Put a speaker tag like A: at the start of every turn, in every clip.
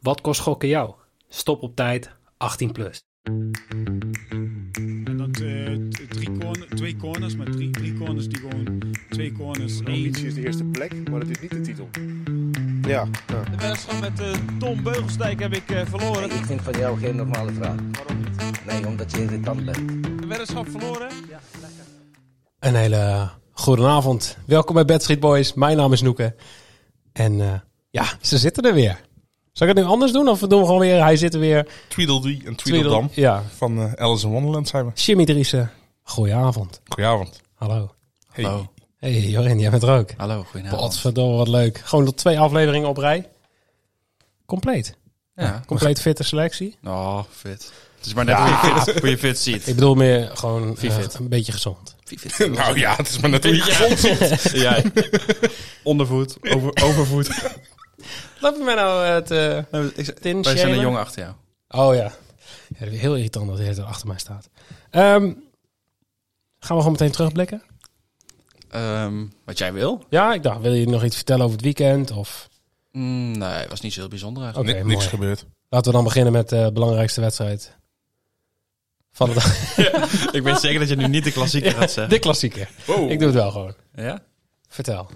A: Wat kost gokken jou? Stop op tijd, 18 plus.
B: En dat eh, t- drie corner, twee corners, maar drie, drie corners die gewoon twee corners.
C: De
B: één.
C: ambitie is de eerste plek, maar dat is niet de titel. Ja, ja.
D: De wedstrijd met eh, Tom Beugelsdijk heb ik eh, verloren.
E: Ik vind van jou geen normale vraag. Nee, omdat je irritant bent.
D: De weddenschap verloren.
F: Een hele goede avond. Welkom bij Bad Street Boys. Mijn naam is Noeke. En eh, ja, ze zitten er weer. Zal ik het nu anders doen? Of doen we gewoon weer, hij zit er weer.
G: Tweedledee en Tweedledam
F: Tweedel- Ja,
G: van eh, Alice in Wonderland zijn we.
F: Jimmy Driessen. Goedenavond.
G: Goedenavond.
F: Hallo.
G: Hey.
H: Hallo.
F: Hey Jorin, jij bent er ook.
H: Hallo, goedenavond.
F: Godverdomme, wat leuk. Gewoon tot twee afleveringen op rij. Compleet.
H: Ja.
F: Compleet fitte selectie.
H: Oh, fit. Het is maar net hoe, je fit, hoe je fit ziet.
F: Ik bedoel meer gewoon eh,
H: Fit.
F: een beetje gezond.
G: Nou ja, het is maar net hoe je gezond ziet.
H: Ja,
G: Ondervoed, over, overvoed.
F: Laten we nou het... Tin
H: wij zijn
F: shalen?
H: een jongen achter jou.
F: Oh ja. ja heel irritant dat hij er achter mij staat. Ehm, gaan we gewoon meteen terugblikken?
H: Ehm, wat jij wil?
F: Ja, ik dacht, wil je nog iets vertellen over het weekend? Of...
H: Mm, nee, het was niet zo heel bijzonder
F: Oké,
H: eigenlijk.
G: Ni-
F: mooi.
G: niks gebeurd.
F: Laten we dan beginnen met eh, de belangrijkste wedstrijd. Van de dag.
H: Ik weet zeker dat je nu niet de klassieker gaat zeggen.
F: De klassieke. Ik doe het wel gewoon.
H: Ja?
F: Vertel,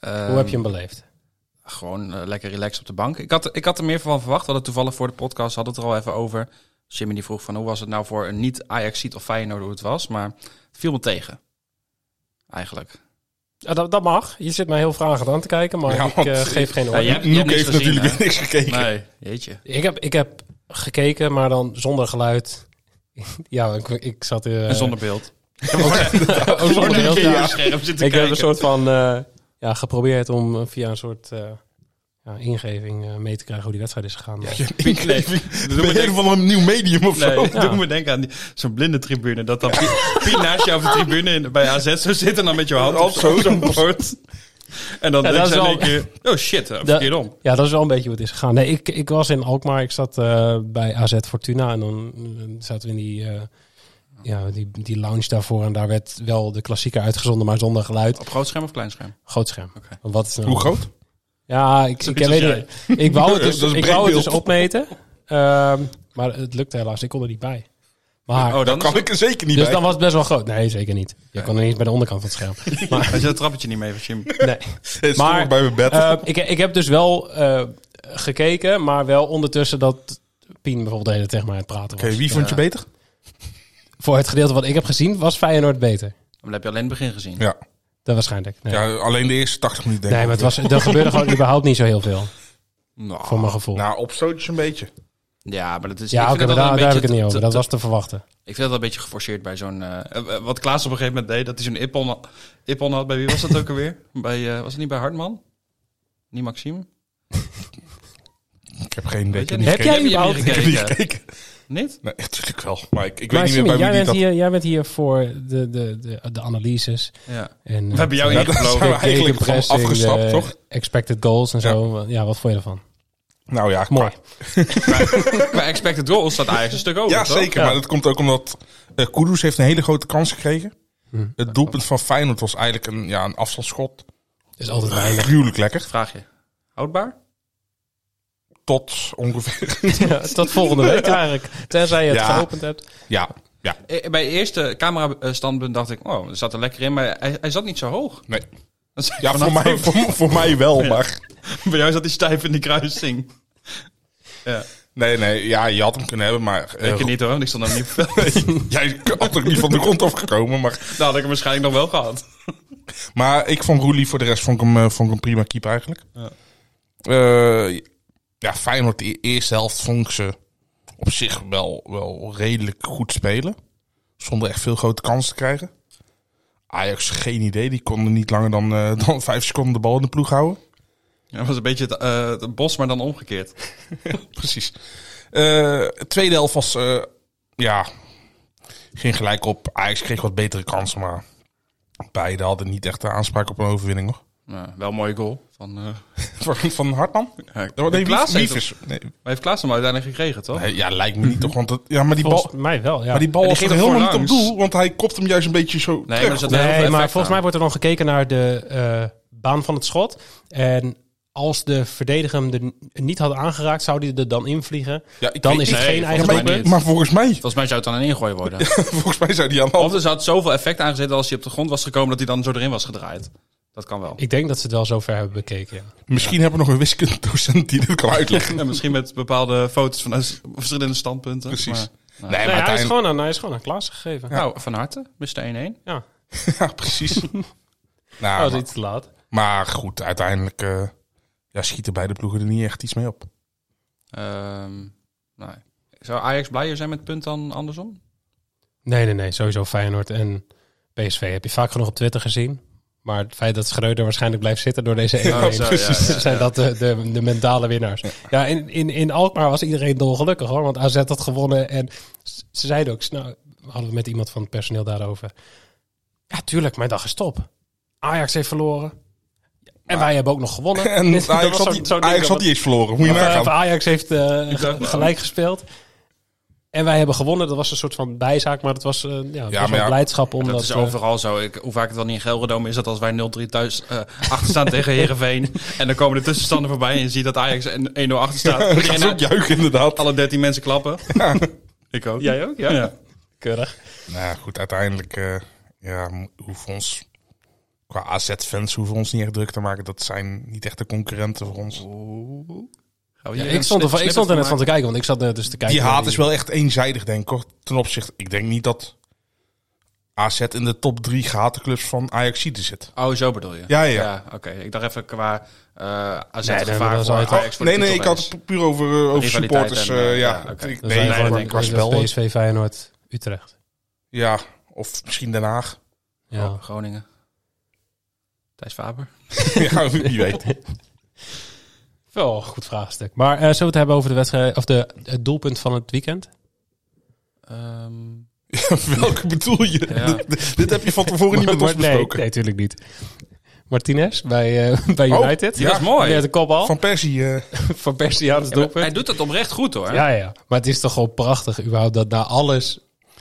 H: Ehm,
F: hoe heb je hem beleefd?
H: Gewoon eh, lekker relaxed op de bank. Ik had, ik had er meer van verwacht. We hadden toevallig voor de podcast hadden het er al even over. Jimmy die vroeg van hoe was het nou voor een niet ajax ziet of Feyenoord hoe het was. Maar het viel me tegen. Eigenlijk.
F: Ja, dat, dat mag. Je zit mij heel vragend aan te kijken, maar
G: Ja,
F: ik
G: want-
F: eh, geef geen oordeel.
H: jij hebt- jij hebt
G: Noek
H: niks
G: heeft
H: gezien,
G: natuurlijk
H: hè?
G: weer niks gekeken.
H: Nee, jeetje.
F: Ik, heb, ik heb gekeken, maar dan zonder geluid. ja, ik, ik zat... eh,
H: En zonder beeld.
F: ook
H: Oh,
F: zonder beeld, ja.
H: scherm zitten
F: Ik heb een soort van eh, ja, geprobeerd om eh, via een soort eh, ja, ingeving eh, mee te krijgen hoe die wedstrijd is gegaan. Maar-
H: Nee, dat doet me
G: Ben je
H: denken-
G: van een nieuw medium of
H: Nee,
G: zo?
H: dat doet me denken aan die- zo'n blinde tribune. Dat dan Piet, Piet naast jou op de tribune in- bij AZ zo zit en dan met je hand op zo- zo'n bord. En dan
F: Ja,
H: denk
F: dat
H: je
F: is
H: in één keer, oh shit, eh,
F: Da-
H: verkeerd om.
F: ja, dat is wel een beetje hoe het is gegaan. Nee, ik, ik was in Alkmaar, ik zat eh, bij AZ Fortuna en dan eh, zaten we in die, eh, ja, die, die lounge daarvoor. En daar werd wel de klassieker uitgezonden, maar zonder geluid.
H: Op groot scherm of klein scherm?
F: Groot scherm.
H: Oké.
F: Want Wat is nou
G: Hoe groot?
F: Ja, ik, ik,
H: Zoiets als
F: weet niet. ik wou het dus,
G: Dat is een
F: ik wou het dus
G: breedbeeld.
F: opmeten, Ehm, maar het lukte helaas, ik kon er niet bij. Maar
H: Oh, dan
G: Kan ik er zeker niet
F: Dus
G: bij.
F: dan was het best wel groot. Nee, zeker niet. Je
H: Nee.
F: kon er niet bij de onderkant van het scherm.
H: maar zit dat trappetje niet mee van Jim.
F: Nee.
G: Het stond
F: maar-
G: nog bij mijn bed.
F: Eh, ik, ik heb dus wel eh, gekeken, maar wel ondertussen dat Pien bijvoorbeeld de hele tijd tegen mij aan het praten was.
G: Oké, wie vond je beter?
F: Voor het gedeelte wat ik heb gezien, was Feyenoord beter.
H: Dan heb je alleen het begin gezien.
G: Ja.
F: Dat waarschijnlijk. Nee,
G: ja, alleen de eerste 80 minuten.
F: nee
G: Denk
F: maar
G: ik.
F: het was, er gebeurde gewoon überhaupt niet zo heel veel,
H: Nou,
F: voor mijn gevoel.
G: Nou, opstootjes een beetje.
H: ja, maar dat is...
F: ja,
H: ik
F: oké,
H: vind dat
F: maar
H: wel
F: daar,
H: een
F: daar heb ik
H: beetje
F: het niet
H: te-
F: over. Dat
H: te-
F: was te verwachten.
H: Ik vind dat wel een beetje geforceerd bij zo'n... eh, eh, wat Klaas op een gegeven moment deed, dat hij zo'n ippon, eh, ippon had. Bij wie was dat ook alweer? Bij, eh, was het niet bij Hartman? Niet Maxime?
G: Ik heb geen idee.
H: Weet
G: Ik
H: je
G: heb
H: niet?
G: niet
F: Heb jij
G: gekeken.
H: Heb je
F: überhaupt...
H: hem hier
G: Ik heb niet
H: gekeken?
G: gekeken.
H: Niet?
G: Nee, natuurlijk wel. Maar ik, ik
F: Maar
G: weet niet meer
F: Jimmy,
G: bij
F: jij,
G: wie
F: bent
G: dat...
F: hier, jij bent hier voor de, de, de, de analyses.
H: Ja.
F: En, eh,
H: We hebben jou
G: Ja, daar
H: ingelopen.
G: zijn we eigenlijk van
F: pressing,
G: afgestapt,
F: de
G: toch?
F: Expected goals en
G: Ja.
F: zo. Ja, wat vond je ervan?
G: Nou ja,
F: Mooi.
H: Qua expected goals staat Ajax een stuk over,
G: Ja,
H: toch?
G: zeker. Maar dat komt ook omdat eh Kudus heeft een hele grote kans gekregen. Het doelpunt van Feyenoord was eigenlijk een, ja, een afstandsschot.
F: Is altijd weinig.
G: Gruwelijk lekker.
H: Vraag je. Houdbaar?
G: Tot ongeveer.
F: Ja, tot volgende week eigenlijk. Tenzij je het
G: Ja.
F: geopend hebt.
G: ja, ja.
H: Eh, Bij de eerste camerastandpunt dacht ik, oh, dat zat er lekker in, maar hij, hij zat niet zo hoog.
G: Nee.
H: Dat zei ik
G: Ja, voor
H: vanaf
G: mij,
H: ook.
G: voor, voor mij wel, maar...
H: Bij jou zat hij stijf in die kruising. Ja,
G: Nee, nee. Ja, je had hem kunnen hebben, maar... eh,
H: ik niet hoor, want ik stond hem niet veel.
G: Jij had ook niet van de grond afgekomen, maar...
H: Nou, had ik hem waarschijnlijk nog wel gehad.
G: Maar ik vond Roelie voor de rest vond ik hem, eh, vond ik hem prima keeper eigenlijk. Eh, ja, Feyenoord, de eerste helft vond ik ze op zich wel, wel redelijk goed spelen. Zonder echt veel grote kansen te krijgen. Ajax, geen idee. Die konden niet langer dan, eh, dan vijf seconden de bal in de ploeg houden.
H: Ja, dat was een beetje het, eh, het bos, maar dan omgekeerd.
G: Precies. Eh tweede helft was, eh, ja, ging gelijk op. Ajax kreeg wat betere kansen, maar beide hadden niet echt de aanspraak op een overwinning, hoor.
H: Ja, wel een mooie goal. Van, eh,
G: Van, van Hartman?
H: ja,
G: Oh, nee,
H: Klaas
G: Wief-
H: heeft,
G: Wief is- nee,
H: maar heeft Klaas hem uiteindelijk gekregen, toch?
G: nee, Eh, ja, lijkt me niet toch? Want het, ja, maar die bal,
F: Mhm. Volgens mij wel, ja.
G: maar die bal
H: En die
G: was
H: ging
G: toch
H: er
G: helemaal niet op
H: voorlangs.
G: doel, want hij kopt hem juist een beetje zo.
H: maar
G: terug.
H: er zat-
F: nee,
H: Heel veel
F: maar
H: effect
F: volgens mij
H: aan.
F: wordt er dan gekeken naar de eh, baan van het schot. En als de verdediger hem er n- niet had aangeraakt, zou hij er dan invliegen.
G: Ja, ik
F: Dan
G: weet
F: is het
G: niet.
H: Nee,
F: geen
H: volgens
F: eigen
H: mij
F: doelpunt.
H: niet.
G: Maar volgens mij,
H: Volgens mij zou het dan een ingooi worden.
G: volgens mij zou die aan de hand.
H: Of er zou het zoveel effect aangezet dat als hij op de grond was gekomen dat hij dan zo erin was gedraaid. Dat kan wel.
F: Ik denk dat ze het wel zo ver hebben bekeken. Ja.
G: Misschien hebben we nog een wiskundedocent die dit kan uitleggen.
H: En misschien met bepaalde foto's van uit- verschillende standpunten.
G: Precies.
H: Maar,
F: Nee,
G: Nee, maar
F: hij, is
G: uiteindelijk-
F: gewoon aan, hij is gewoon aan Klaas gegeven. Ja.
H: Nou, van harte, Mr. 1-1.
G: Ja, precies. nou,
F: dat
G: maar,
F: is iets te laat.
G: maar goed, uiteindelijk eh, ja, schieten beide ploegen er niet echt iets mee op.
H: Ehm, nee. Zou Ajax blijer zijn met punt dan andersom?
F: Nee, nee, nee. Sowieso Feyenoord en PSV heb je vaak genoeg op Twitter gezien. Maar het feit dat Schreuder waarschijnlijk blijft zitten door
G: Oh,
F: deze 1-1...
H: zo, ja, ja, ja.
F: zijn dat de, de, de mentale winnaars. Ja, in, in, in Alkmaar was iedereen dolgelukkig hoor. Want AZ had gewonnen en s- ze zeiden ook... Nou, hadden we met iemand van het personeel daarover. Ja, tuurlijk, mijn dag is top. Ajax heeft verloren. En wij hebben ook nog gewonnen.
G: En
F: Dit- dat
G: Ajax
F: was
G: had,
F: zo'n-
G: die,
F: zo'n ding
G: Ajax
F: dat-
G: had die eens verloren, moet je
F: of, eh, of
G: nagaan. nou
F: Ajax heeft eh,
H: dacht wel.
F: gelijk gespeeld. En wij hebben gewonnen. Dat was een soort van bijzaak, maar het was, eh, ja, het was
G: maar
F: wel
G: ja,
F: blijdschap.
H: Dat,
F: Omdat,
H: is
F: eh,
H: overal zo. Ik, hoe vaak het dan in Gelredome is dat als wij 0-3 thuis eh, achter staan tegen Herenveen. En dan komen de tussenstanden voorbij en je ziet dat Ajax en 1-0 achter staat.
G: Dat is ook juichen, inderdaad.
H: alle 13 mensen klappen. Ik ook. Jij ook? Ja. Oh,
F: keurig.
G: Nou ja, goed, uiteindelijk eh ja, m- hoeven ons... Qua AZ-fans hoeven ons niet echt druk te maken. Dat zijn niet echt de concurrenten voor ons.
H: Gaan we
F: Ja,
H: hier
F: ik,
H: een
F: stond er, van- ik
H: snippet
F: stond er net van
H: maken?
F: te kijken, want ik zat er dus te kijken.
G: Die haat
F: naar
G: is wel echt eenzijdig, denk ik. Hoor. Ten opzichte... Ik denk niet dat AZ in de top drie gehatenclubs van Ajax-City zit.
H: Oh, zo bedoel je?
G: Ja, ja.
H: Oké, ik dacht even qua eh AZ
F: Nee, dan-
H: gevaar
F: dan
H: voor
F: zou je het-
H: Ajax voor de
G: nee, nee, ik had
H: titelrace.
G: het puur over, eh, over
H: Rivaliteit
G: supporters.
H: en,
G: eh,
H: eh,
G: ja,
H: ja, oké.
G: Ik-
F: Dat dus
G: nee,
F: zijn
G: gewoon
F: gewoon
G: qua
F: qua
G: spel.
F: PSV, Feyenoord, Utrecht.
G: Ja, of misschien Den Haag.
F: Ja.
H: Oh, Groningen. Thijs Faber.
G: ja, wie weet.
F: Wel een goed vraagstuk. Maar eh, zullen we het hebben over de wedstrijd, of de, het doelpunt van het weekend?
H: Ehm,
G: Welke bedoel je?
H: Ja.
G: Dit- dit, dit heb je van tevoren niet met ons
F: Maar- maar- nee,
G: besproken.
F: nee, natuurlijk niet. Martinez bij, eh, bij
G: Oh,
F: United.
H: die was mooi.
F: Met de kopbal van,
G: Van Persie. eh,
F: van Persiaans
H: ja, maar
F: doelpunt.
H: hij doet dat oprecht goed hoor.
F: Ja, ja. Maar het is toch gewoon prachtig überhaupt dat na alles...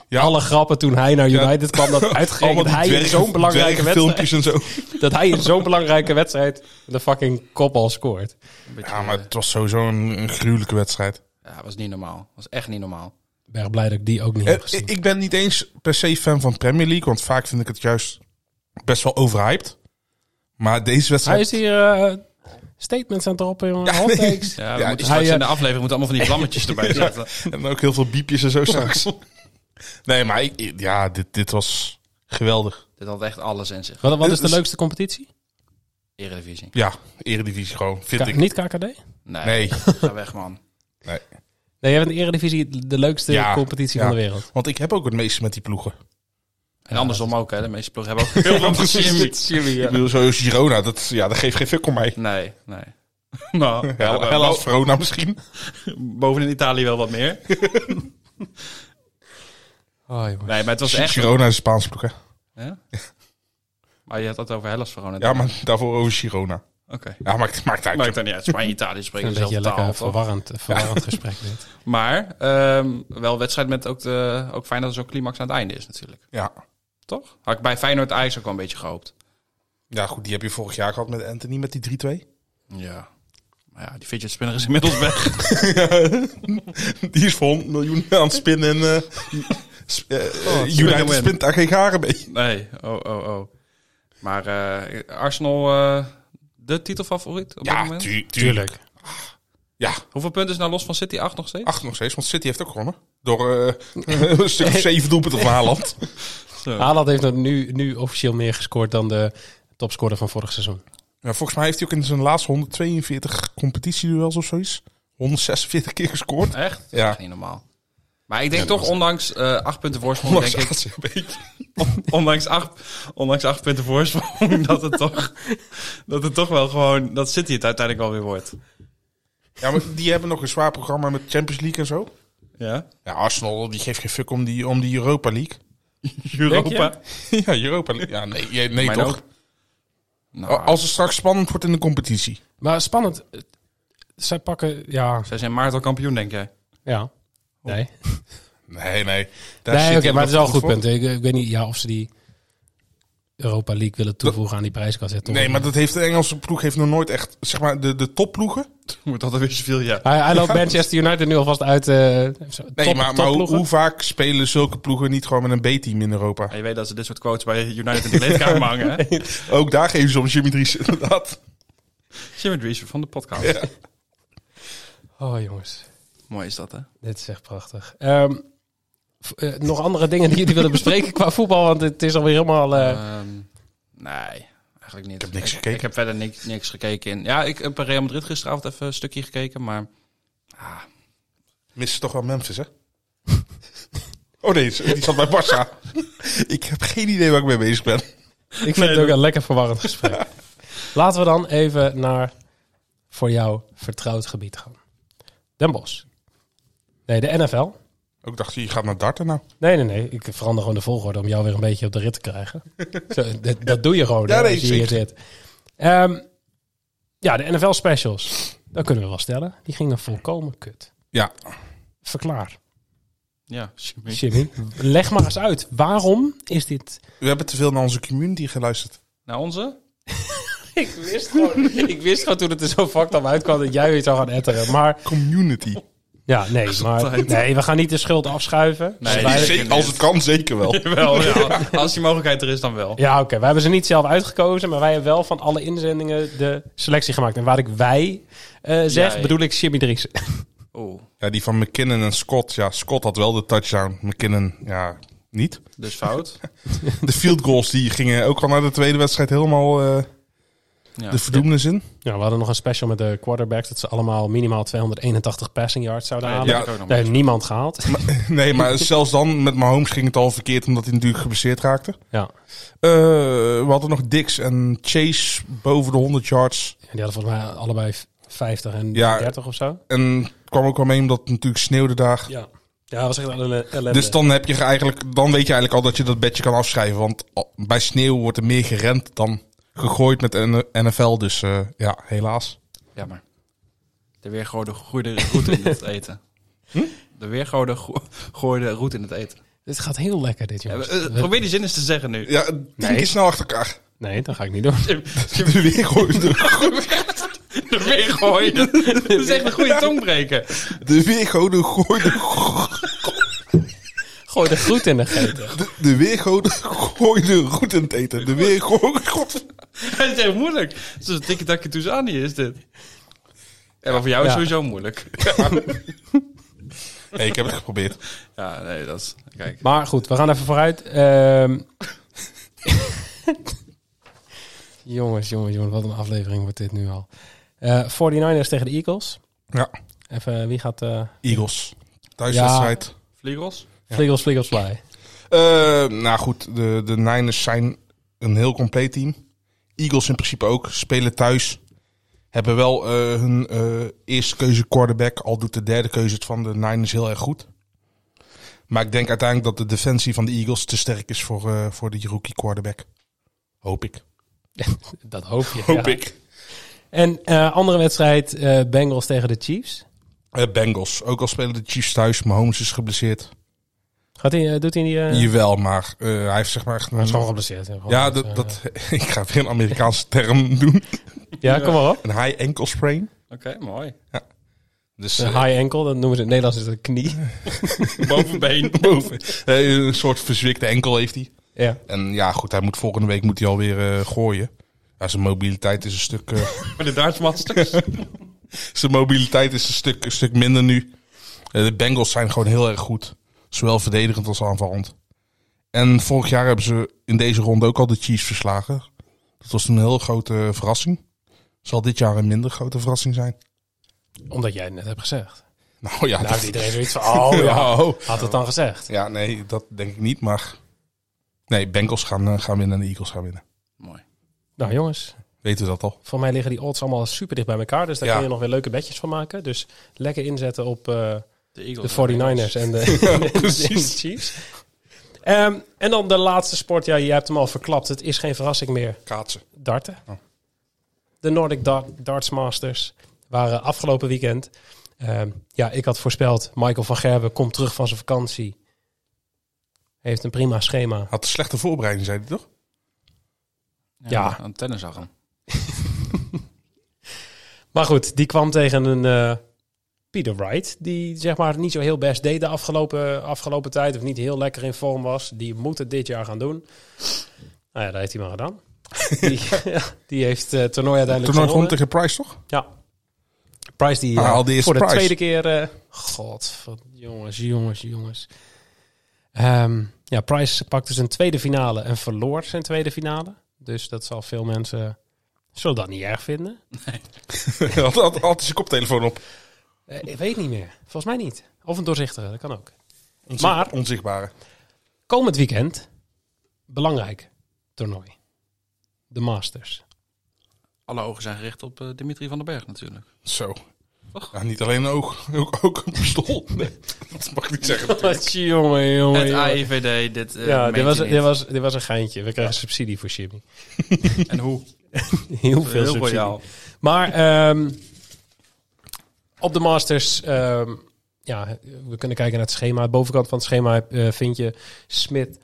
G: ja,
F: Alle grappen toen hij naar
G: Ja.
F: United kwam, dat uitgerekend
G: die
F: hij in
G: dwergen-
F: zo'n belangrijke wedstrijd...
G: dwergenfilmpjes en zo.
F: Dat hij in zo'n belangrijke wedstrijd de fucking kopbal scoort.
H: Een beetje,
G: Ja, maar
H: eh,
G: het was sowieso een, een gruwelijke wedstrijd.
H: ja, was niet normaal. Was echt niet normaal.
F: Ik ben erg blij dat ik die ook niet heb
G: Eh,
F: gezien.
G: ik ik ben niet eens per se fan van Premier League, want vaak vind ik het juist best wel overhyped. Maar deze
F: Hij
G: wedstrijd...
F: is hier eh, statements aan het droppen, jongen.
G: Ja,
F: Hot
G: nee.
F: takes.
H: Ja, we
G: Ja,
H: moeten
F: hij,
H: straks
F: eh,
H: in de aflevering moeten allemaal van die vlammetjes erbij zetten.
G: En ook heel veel biepjes en zo straks. nee, maar ik- ja, dit, dit was geweldig.
H: Dit had echt alles in zich.
F: Wat, wat is de
G: Dus-
F: leukste competitie?
H: Eredivisie.
G: Ja, eredivisie gewoon, vind
F: Ka-
G: ik.
F: niet KKD?
H: Nee,
G: Nee,
H: ga weg man.
F: Nee, jij vindt de Eredivisie de leukste
G: Ja,
F: competitie
G: ja.
F: van de wereld.
G: want ik heb ook het meeste met die ploegen.
H: En andersom ook hè. De meeste ploegen hebben ook heel veel plezier.
G: Ik bedoel, zo Girona, dat, ja, dat geeft geen fuck om mij.
H: Nee, nee. Nou,
G: Ja,
H: wel-
G: Hellas
H: wel-
G: Verona misschien.
H: boven in Italië wel wat meer.
F: Oh,
H: Nee, maar het was echt...
G: Girona is een Spaanse ploeg, hè?
H: Ja? Maar je had het over Hellas Verona.
G: Ja, maar daarvoor over Girona.
H: Oké.
G: Ja, maakt, maakt uit.
H: Maakt dan niet uit. Spanje en Italië spreken
F: Een
H: dezelfde
F: beetje
H: taal.
F: lekker
H: toch?
F: verwarrend, verwarrend gesprek dit.
H: Maar ehm, wel wedstrijd met ook, de, ook fijn dat er zo'n climax aan het einde is natuurlijk.
G: Ja.
H: Toch? Had ik bij Feyenoord Ajax ook wel een beetje gehoopt.
G: ja, goed, die heb je vorig jaar gehad met Anthony, met die 3-2.
H: Ja. Maar ja, die fidget spinner is inmiddels weg.
G: Die is voor 100 miljoen aan het spinnen en eh, sp- eh, eh,
H: spinnen
G: United
H: win.
G: spint daar geen garen mee.
H: Nee, oh, oh, oh. Maar eh, Arsenal, eh, de titelfavoriet op dit
G: Ja,
H: moment?
G: tu- tuurlijk.
F: Tuurlijk.
G: Ja,
H: Hoeveel punten is nou los van City? 8 nog steeds?
G: acht nog steeds, want City heeft ook gewonnen. Door eh, een stuk of zeven doelpunten van Haaland.
F: Haaland heeft nog nu, nu officieel meer gescoord dan de topscorer van vorig seizoen.
G: Ja, volgens mij heeft hij ook in zijn laatste 142 competitieduels of zoiets 146 keer gescoord.
H: Echt?
G: Ja.
H: Echt niet normaal. Maar ik denk toch, ondanks eh acht punten voorsprong,
G: Ondanks
H: denk ik,
G: ACB.
H: ondanks acht, ondanks acht punten voorsprong, dat het toch, dat het toch wel gewoon, dat City het uiteindelijk wel weer wordt.
G: Ja, maar die hebben nog een zwaar programma met Champions League en zo.
H: Ja?
G: Ja, Arsenal die geeft geen fuck om die, om die Europa League.
H: Europa.
G: ja, Europa League. Ja, nee, nee, nee
H: Mijn
G: toch?
H: ook. Nou,
G: Als het straks spannend wordt in de competitie.
F: Maar spannend. eh, Zij pakken, ja,
H: zij zijn maart al kampioen, denk jij.
F: ja.
G: Oh.
F: Nee,
G: Nee, nee. Daar
F: nee
G: zit
F: oké,
G: hij
F: maar het
G: nog
F: is wel een goed
G: voor.
F: punt. Ik, ik weet niet ja, of ze die... Europa League willen toevoegen aan die prijskast. hè, toch?
G: Nee, maar dat heeft, de Engelse ploeg heeft nog nooit echt... Zeg maar, de, de topploegen...
H: Wordt altijd weer zoveel, ja.
F: Hij, hij loopt Manchester United nu alvast uit. eh nee,
G: Nee, maar, maar hoe, hoe vaak spelen zulke ploegen niet gewoon met een B-team in Europa?
H: En je weet dat ze dit soort quotes bij United in de kleedkamer hangen, hè?
G: Ook daar geven ze om Jimmy Dries inderdaad.
H: Jimmy Dries van de podcast.
F: Oh jongens,
H: Mooi is dat, hè?
F: dit is echt prachtig. Ehm, v- eh, nog andere dingen die jullie willen bespreken qua voetbal? Want het is alweer helemaal... eh,
H: Ehm, nee, eigenlijk niet. Ik
G: heb niks gekeken.
H: Ik heb verder niks, niks gekeken. In. Ja, ik heb bij Real Madrid gisteravond even een stukje gekeken, maar... Ah,
G: Missen toch wel Memphis, hè? Oh nee, die zat bij Barça. ik heb geen idee waar ik mee bezig ben.
F: Ik vind het ook een lekker verwarrend gesprek. Laten we dan even naar voor jou vertrouwd gebied gaan. Den Bosch. Nee, de NFL.
G: Ook dacht je, je gaat naar darten nou.
F: Nee, nee, nee. Ik verander gewoon de volgorde om jou weer een beetje op de rit te krijgen. Zo, dat, dat doe je gewoon
G: Ja,
F: hè,
G: nee,
F: als je hier
G: zeker.
F: zit. Ehm, ja, de NFL specials. Dat kunnen we wel stellen. Die gingen volkomen kut.
G: Ja,
F: Verklaar,
H: ja, Jimmy.
F: Jimmy. Leg maar eens uit. Waarom is dit...
G: we hebben te veel naar onze community geluisterd.
H: Naar onze?
F: Ik wist gewoon, ik wist gewoon toen het er zo fucked up uitkwam dat jij weer zou gaan etteren. Maar
G: Community.
F: Ja, nee, maar, nee, we gaan niet de schuld afschuiven.
H: Nee,
F: Wij-
G: Zeker- als het kan, zeker wel.
H: Wel, ja. Als die mogelijkheid er is, dan wel.
F: ja, oké. we hebben ze niet zelf uitgekozen, maar wij hebben wel van alle inzendingen de selectie gemaakt. En waar ik wij eh, zeg,
H: Jij.
F: bedoel ik Jimmy Dries.
H: Oeh,
G: Ja, die van McKinnon en Scott. Ja, Scott had wel de touchdown. McKinnon, ja, niet.
H: dus fout.
G: De field goals die gingen ook al naar de tweede wedstrijd helemaal eh,
H: Ja.
G: de verdoemenis in.
F: Ja, we hadden nog een special met de quarterbacks dat ze allemaal minimaal 281 passing yards zouden
H: Nee, dat
F: halen.
H: heb ik ook nog
F: Daar heeft niemand gehaald.
G: Nee, maar zelfs dan met Mahomes ging het al verkeerd omdat hij natuurlijk geblesseerd raakte.
F: Ja,
G: Eh, we hadden nog Dix en Chase boven de 100 yards.
F: en die hadden volgens mij allebei v- 50 en
G: Ja.
F: 30 of zo.
G: En het kwam ook wel mee omdat het natuurlijk sneeuwde daar.
F: Ja, ja dat was echt een ellende.
G: Dus dan, heb je ge- eigenlijk, dan weet je eigenlijk al dat je dat bedje kan afschrijven. Want al- bij sneeuw wordt er meer gerend dan gegooid met N- NFL. Dus eh, ja, helaas.
H: Jammer. De weergooide gooide roet in het eten.
G: Hm?
H: De weergooide go- gooide roet in het eten.
F: Dit gaat heel lekker dit,
H: Ja,
F: jongens.
H: eh, probeer die zin eens te zeggen nu.
G: Ja, tien keer snel achter elkaar.
F: Nee, dat ga ik niet doen.
G: De weergooide,
H: De weergooide. Dat is echt een goede tongbreker.
G: de weergode gooide, go-
F: Gooi de groet in de geten.
G: de, de weergode gooide goed in het eten. De weergode, god.
H: Het is echt moeilijk. Het is een tikkie takkie toezani is dit. Ja, maar voor jou is
F: Ja.
H: het sowieso moeilijk.
G: Nee, ik heb het geprobeerd.
H: Ja, nee, dat is... Kijk.
F: Maar goed, we gaan even vooruit. Ehm. jongens, jongens, jongens, wat een aflevering wordt dit nu al. Eh 49ers tegen de Eagles.
G: Ja,
F: Even, eh, wie gaat... eh
G: Eagles. Thuiswedstrijd.
H: Vliegels?
F: Vliegels, vliegels, fly.
G: Eh, nou goed, de, de Niners zijn een heel compleet team. Eagles in principe ook. Spelen thuis. Hebben wel eh, hun eh, eerste keuze quarterback. Al doet de derde keuze het van de Niners heel erg goed. Maar ik denk uiteindelijk dat de defensie van de Eagles te sterk is voor, eh, voor de rookie quarterback. Hoop ik.
F: Dat hoop je.
G: Hoop
F: ja.
G: ik.
F: En eh, andere wedstrijd, eh, Bengals tegen de Chiefs.
G: Eh, Bengals. Ook al spelen de Chiefs thuis. Mahomes is geblesseerd.
F: Gaat hij, eh, doet hij die... eh,
G: Jawel, maar eh, hij heeft zeg maar echt...
F: hij is gewoon
G: Een,
F: geblesseerd. hè, gewoon.
G: ja,
F: Dus,
G: dat,
F: eh,
G: dat, ik ga weer een Amerikaanse term doen.
F: ja, kom maar op.
G: Een high ankle sprain.
H: Oké, mooi.
G: Dus,
F: Een
G: eh,
F: high ankle, dat noemen ze in het Nederlands is dat knie.
H: Bovenbeen.
G: boven. Eh, een soort verzwikte enkel heeft hij.
F: ja.
G: En ja, goed, hij moet volgende week moet hij alweer eh, gooien. Ja, zijn mobiliteit is een stuk, eh,
H: Met de dartsmasters.
G: zijn mobiliteit is een stuk, een stuk minder nu. Eh, de Bengals zijn gewoon heel erg goed. Zowel verdedigend als aanvallend. En vorig jaar hebben ze in deze ronde ook al de Chiefs verslagen. Dat was een heel grote eh, verrassing. Zal dit jaar een minder grote verrassing zijn?
F: Omdat jij het net hebt gezegd.
G: Nou ja,
F: Nou,
G: dat-
F: heeft iedereen zoiets van, oh ja,
G: ja, oh.
F: had het dan gezegd.
G: ja, nee, dat denk ik niet. Maar nee, Bengals gaan, eh, gaan winnen en de Eagles gaan winnen.
H: mooi.
F: Nou jongens,
G: Weten we dat al?
F: Voor mij liggen die odds allemaal super dicht bij elkaar. Dus daar
G: Ja.
F: kun je nog weer leuke bedjes van maken. Dus lekker inzetten op eh,
H: De Eagles.
F: de 49ers en de, en de Chiefs. Ehm, en dan de laatste sport. Ja, je hebt hem al verklapt. Het is geen verrassing meer.
G: Kaatsen.
F: Darten.
G: Oh.
F: De Nordic Dar- Darts Masters waren afgelopen weekend. Ehm, ja, ik had voorspeld. Michael van Gerwen komt terug van zijn vakantie. Heeft een prima schema.
G: Had een slechte voorbereiding, zei hij toch?
F: Ja.
H: Aan tennis zag hem.
F: Maar goed, die kwam tegen een eh, Peter Wright. Die zeg maar niet zo heel best deed de afgelopen, afgelopen tijd. Of niet heel lekker in vorm was. Die moet het dit jaar gaan doen. Nou ja, dat heeft hij maar gedaan. die, die heeft eh toernooi uiteindelijk
G: Toernooi gewoon
F: gewonnen.
G: tegen Price, toch?
F: Ja. Price die
G: Ah,
F: eh,
G: al die eerste
F: voor de
G: Price.
F: tweede keer... eh God, wat, jongens, jongens, jongens. Ehm, ja, Price pakte zijn tweede finale en verloor zijn tweede finale. Dus dat zal veel mensen... Zullen dat niet erg vinden?
G: had, had, had zijn koptelefoon op.
F: Eh, ik weet niet meer. Volgens mij niet. Of een doorzichtige, dat kan ook.
G: Onzicht-
F: Maar-
G: Onzichtbare.
F: Komend weekend, belangrijk toernooi. De Masters.
H: Alle ogen zijn gericht op eh, Dimitri van den Berg natuurlijk.
G: Zo. Ja, niet alleen een oog, ook, ook een pistool. Nee, dat mag ik niet zeggen.
F: Wat jongen, jongen.
H: Het AIVD, dit eh,
F: Ja,
H: meent
F: dit was,
H: hij
F: dit,
H: niet.
F: was, dit was een geintje. We krijgen subsidie voor Jimmy.
H: En hoe?
F: Heel veel
H: Heel
F: subsidie.
H: royaal.
F: Maar ehm, op de Masters, ehm, ja, we kunnen kijken naar het schema. De bovenkant van het schema eh, vind je Smith,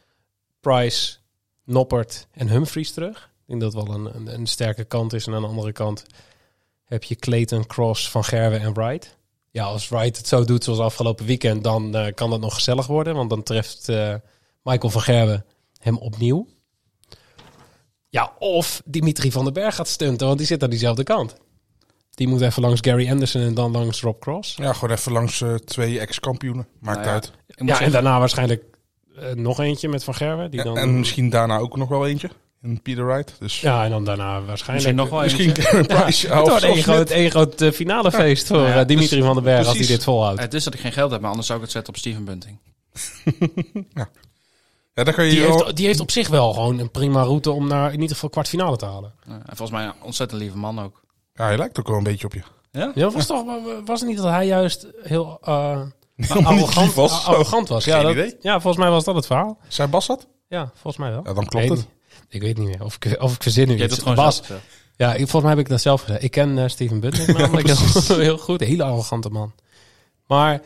F: Price, Noppert en Humphries terug. Ik denk dat wel een, een, een sterke kant is. En aan de andere kant heb je Clayton, Cross, Van Gerwen en Wright. Ja, als Wright het zo doet zoals afgelopen weekend, dan eh, kan dat nog gezellig worden. Want dan treft eh, Michael van Gerwen hem opnieuw. Ja, of Dimitri van den Berg gaat stunten, want die zit aan diezelfde kant. Die moet even langs Gary Anderson en dan langs Rob Cross.
G: Ja, gewoon even langs eh, twee ex-kampioenen. Maakt
H: Nou ja,
G: uit.
H: Ik moet
F: Ja, en
H: zeggen,
F: daarna waarschijnlijk eh, nog eentje met Van Gerwen. Die
G: En,
F: dan,
G: en misschien daarna ook nog wel eentje. En Peter Wright. Dus
F: ja, en dan daarna waarschijnlijk...
H: misschien nog wel
G: misschien
H: eentje.
G: Gary Price.
F: Het
G: of-
F: wordt
G: of
F: één groot,
G: Smith.
F: één groot eh, finalefeest voor
H: Nou ja,
F: eh, Dimitri
G: dus-
F: van den Berg als hij
G: precies.
F: dit volhoudt.
H: Het is dat ik geen geld heb, maar anders zou ik het zetten op Steven Bunting.
G: Ja, daar kan je
F: Die
G: wel-
F: heeft, die heeft op zich wel gewoon een prima route om naar in ieder geval kwartfinale te halen.
H: Ja, en volgens mij een ontzettend lieve man ook.
G: Ja, hij lijkt ook wel een beetje op je.
F: Ja, was, toch, was het niet dat hij juist heel eh,
G: Helemaal niet
F: arrogant
G: lief
F: was?
G: was.
F: Arrogant was. Ja,
G: Geen
F: dat-
G: idee.
F: ja, volgens mij was dat het verhaal.
G: Zijn Bas dat?
F: Ja, volgens mij wel.
G: Ja, dan klopt
F: Ik weet
G: het.
F: niet. Ik weet niet meer of ik, of ik verzin nu
H: Je hebt
F: iets.
H: het gewoon
F: Bas,
H: zelf gezegd.
F: Ja, ik- volgens mij heb ik dat zelf gezegd. Ik ken eh, Steven Bunting namelijk heel, heel goed. Een hele arrogante man. Maar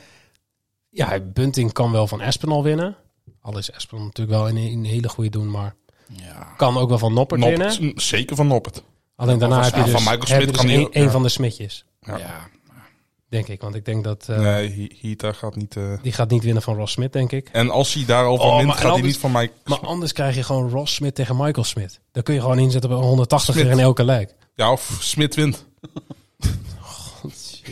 F: ja, Bunting kan wel van Espinal winnen. Al is Espinal natuurlijk wel in in een hele goede doen, maar
H: eh. Ja.
F: kan ook wel van Noppert
G: Noppert.
F: winnen.
G: Mm, Zeker van Noppert.
F: Alleen daarna
G: Of
F: heb je
G: van
F: dus,
G: Michael
F: heb
G: Smit
F: je dus
G: kan die
F: een,
G: ook,
F: een
G: ja.
F: van de smitjes,
G: Ja.
H: Ja.
F: denk ik. Want ik denk dat eh,
G: nee, Hi- Hita gaat niet... eh,
F: die gaat niet winnen van Ross Smit, denk ik.
G: En als hij daar al van
F: Oh,
G: wint,
F: maar- en
G: gaat hij
F: anders-
G: niet van mij...
F: Maar anders krijg je gewoon Ross Smit tegen Michael Smit. Dan kun je gewoon inzetten op een 180 in elke lijk.
G: Ja, of Smit wint.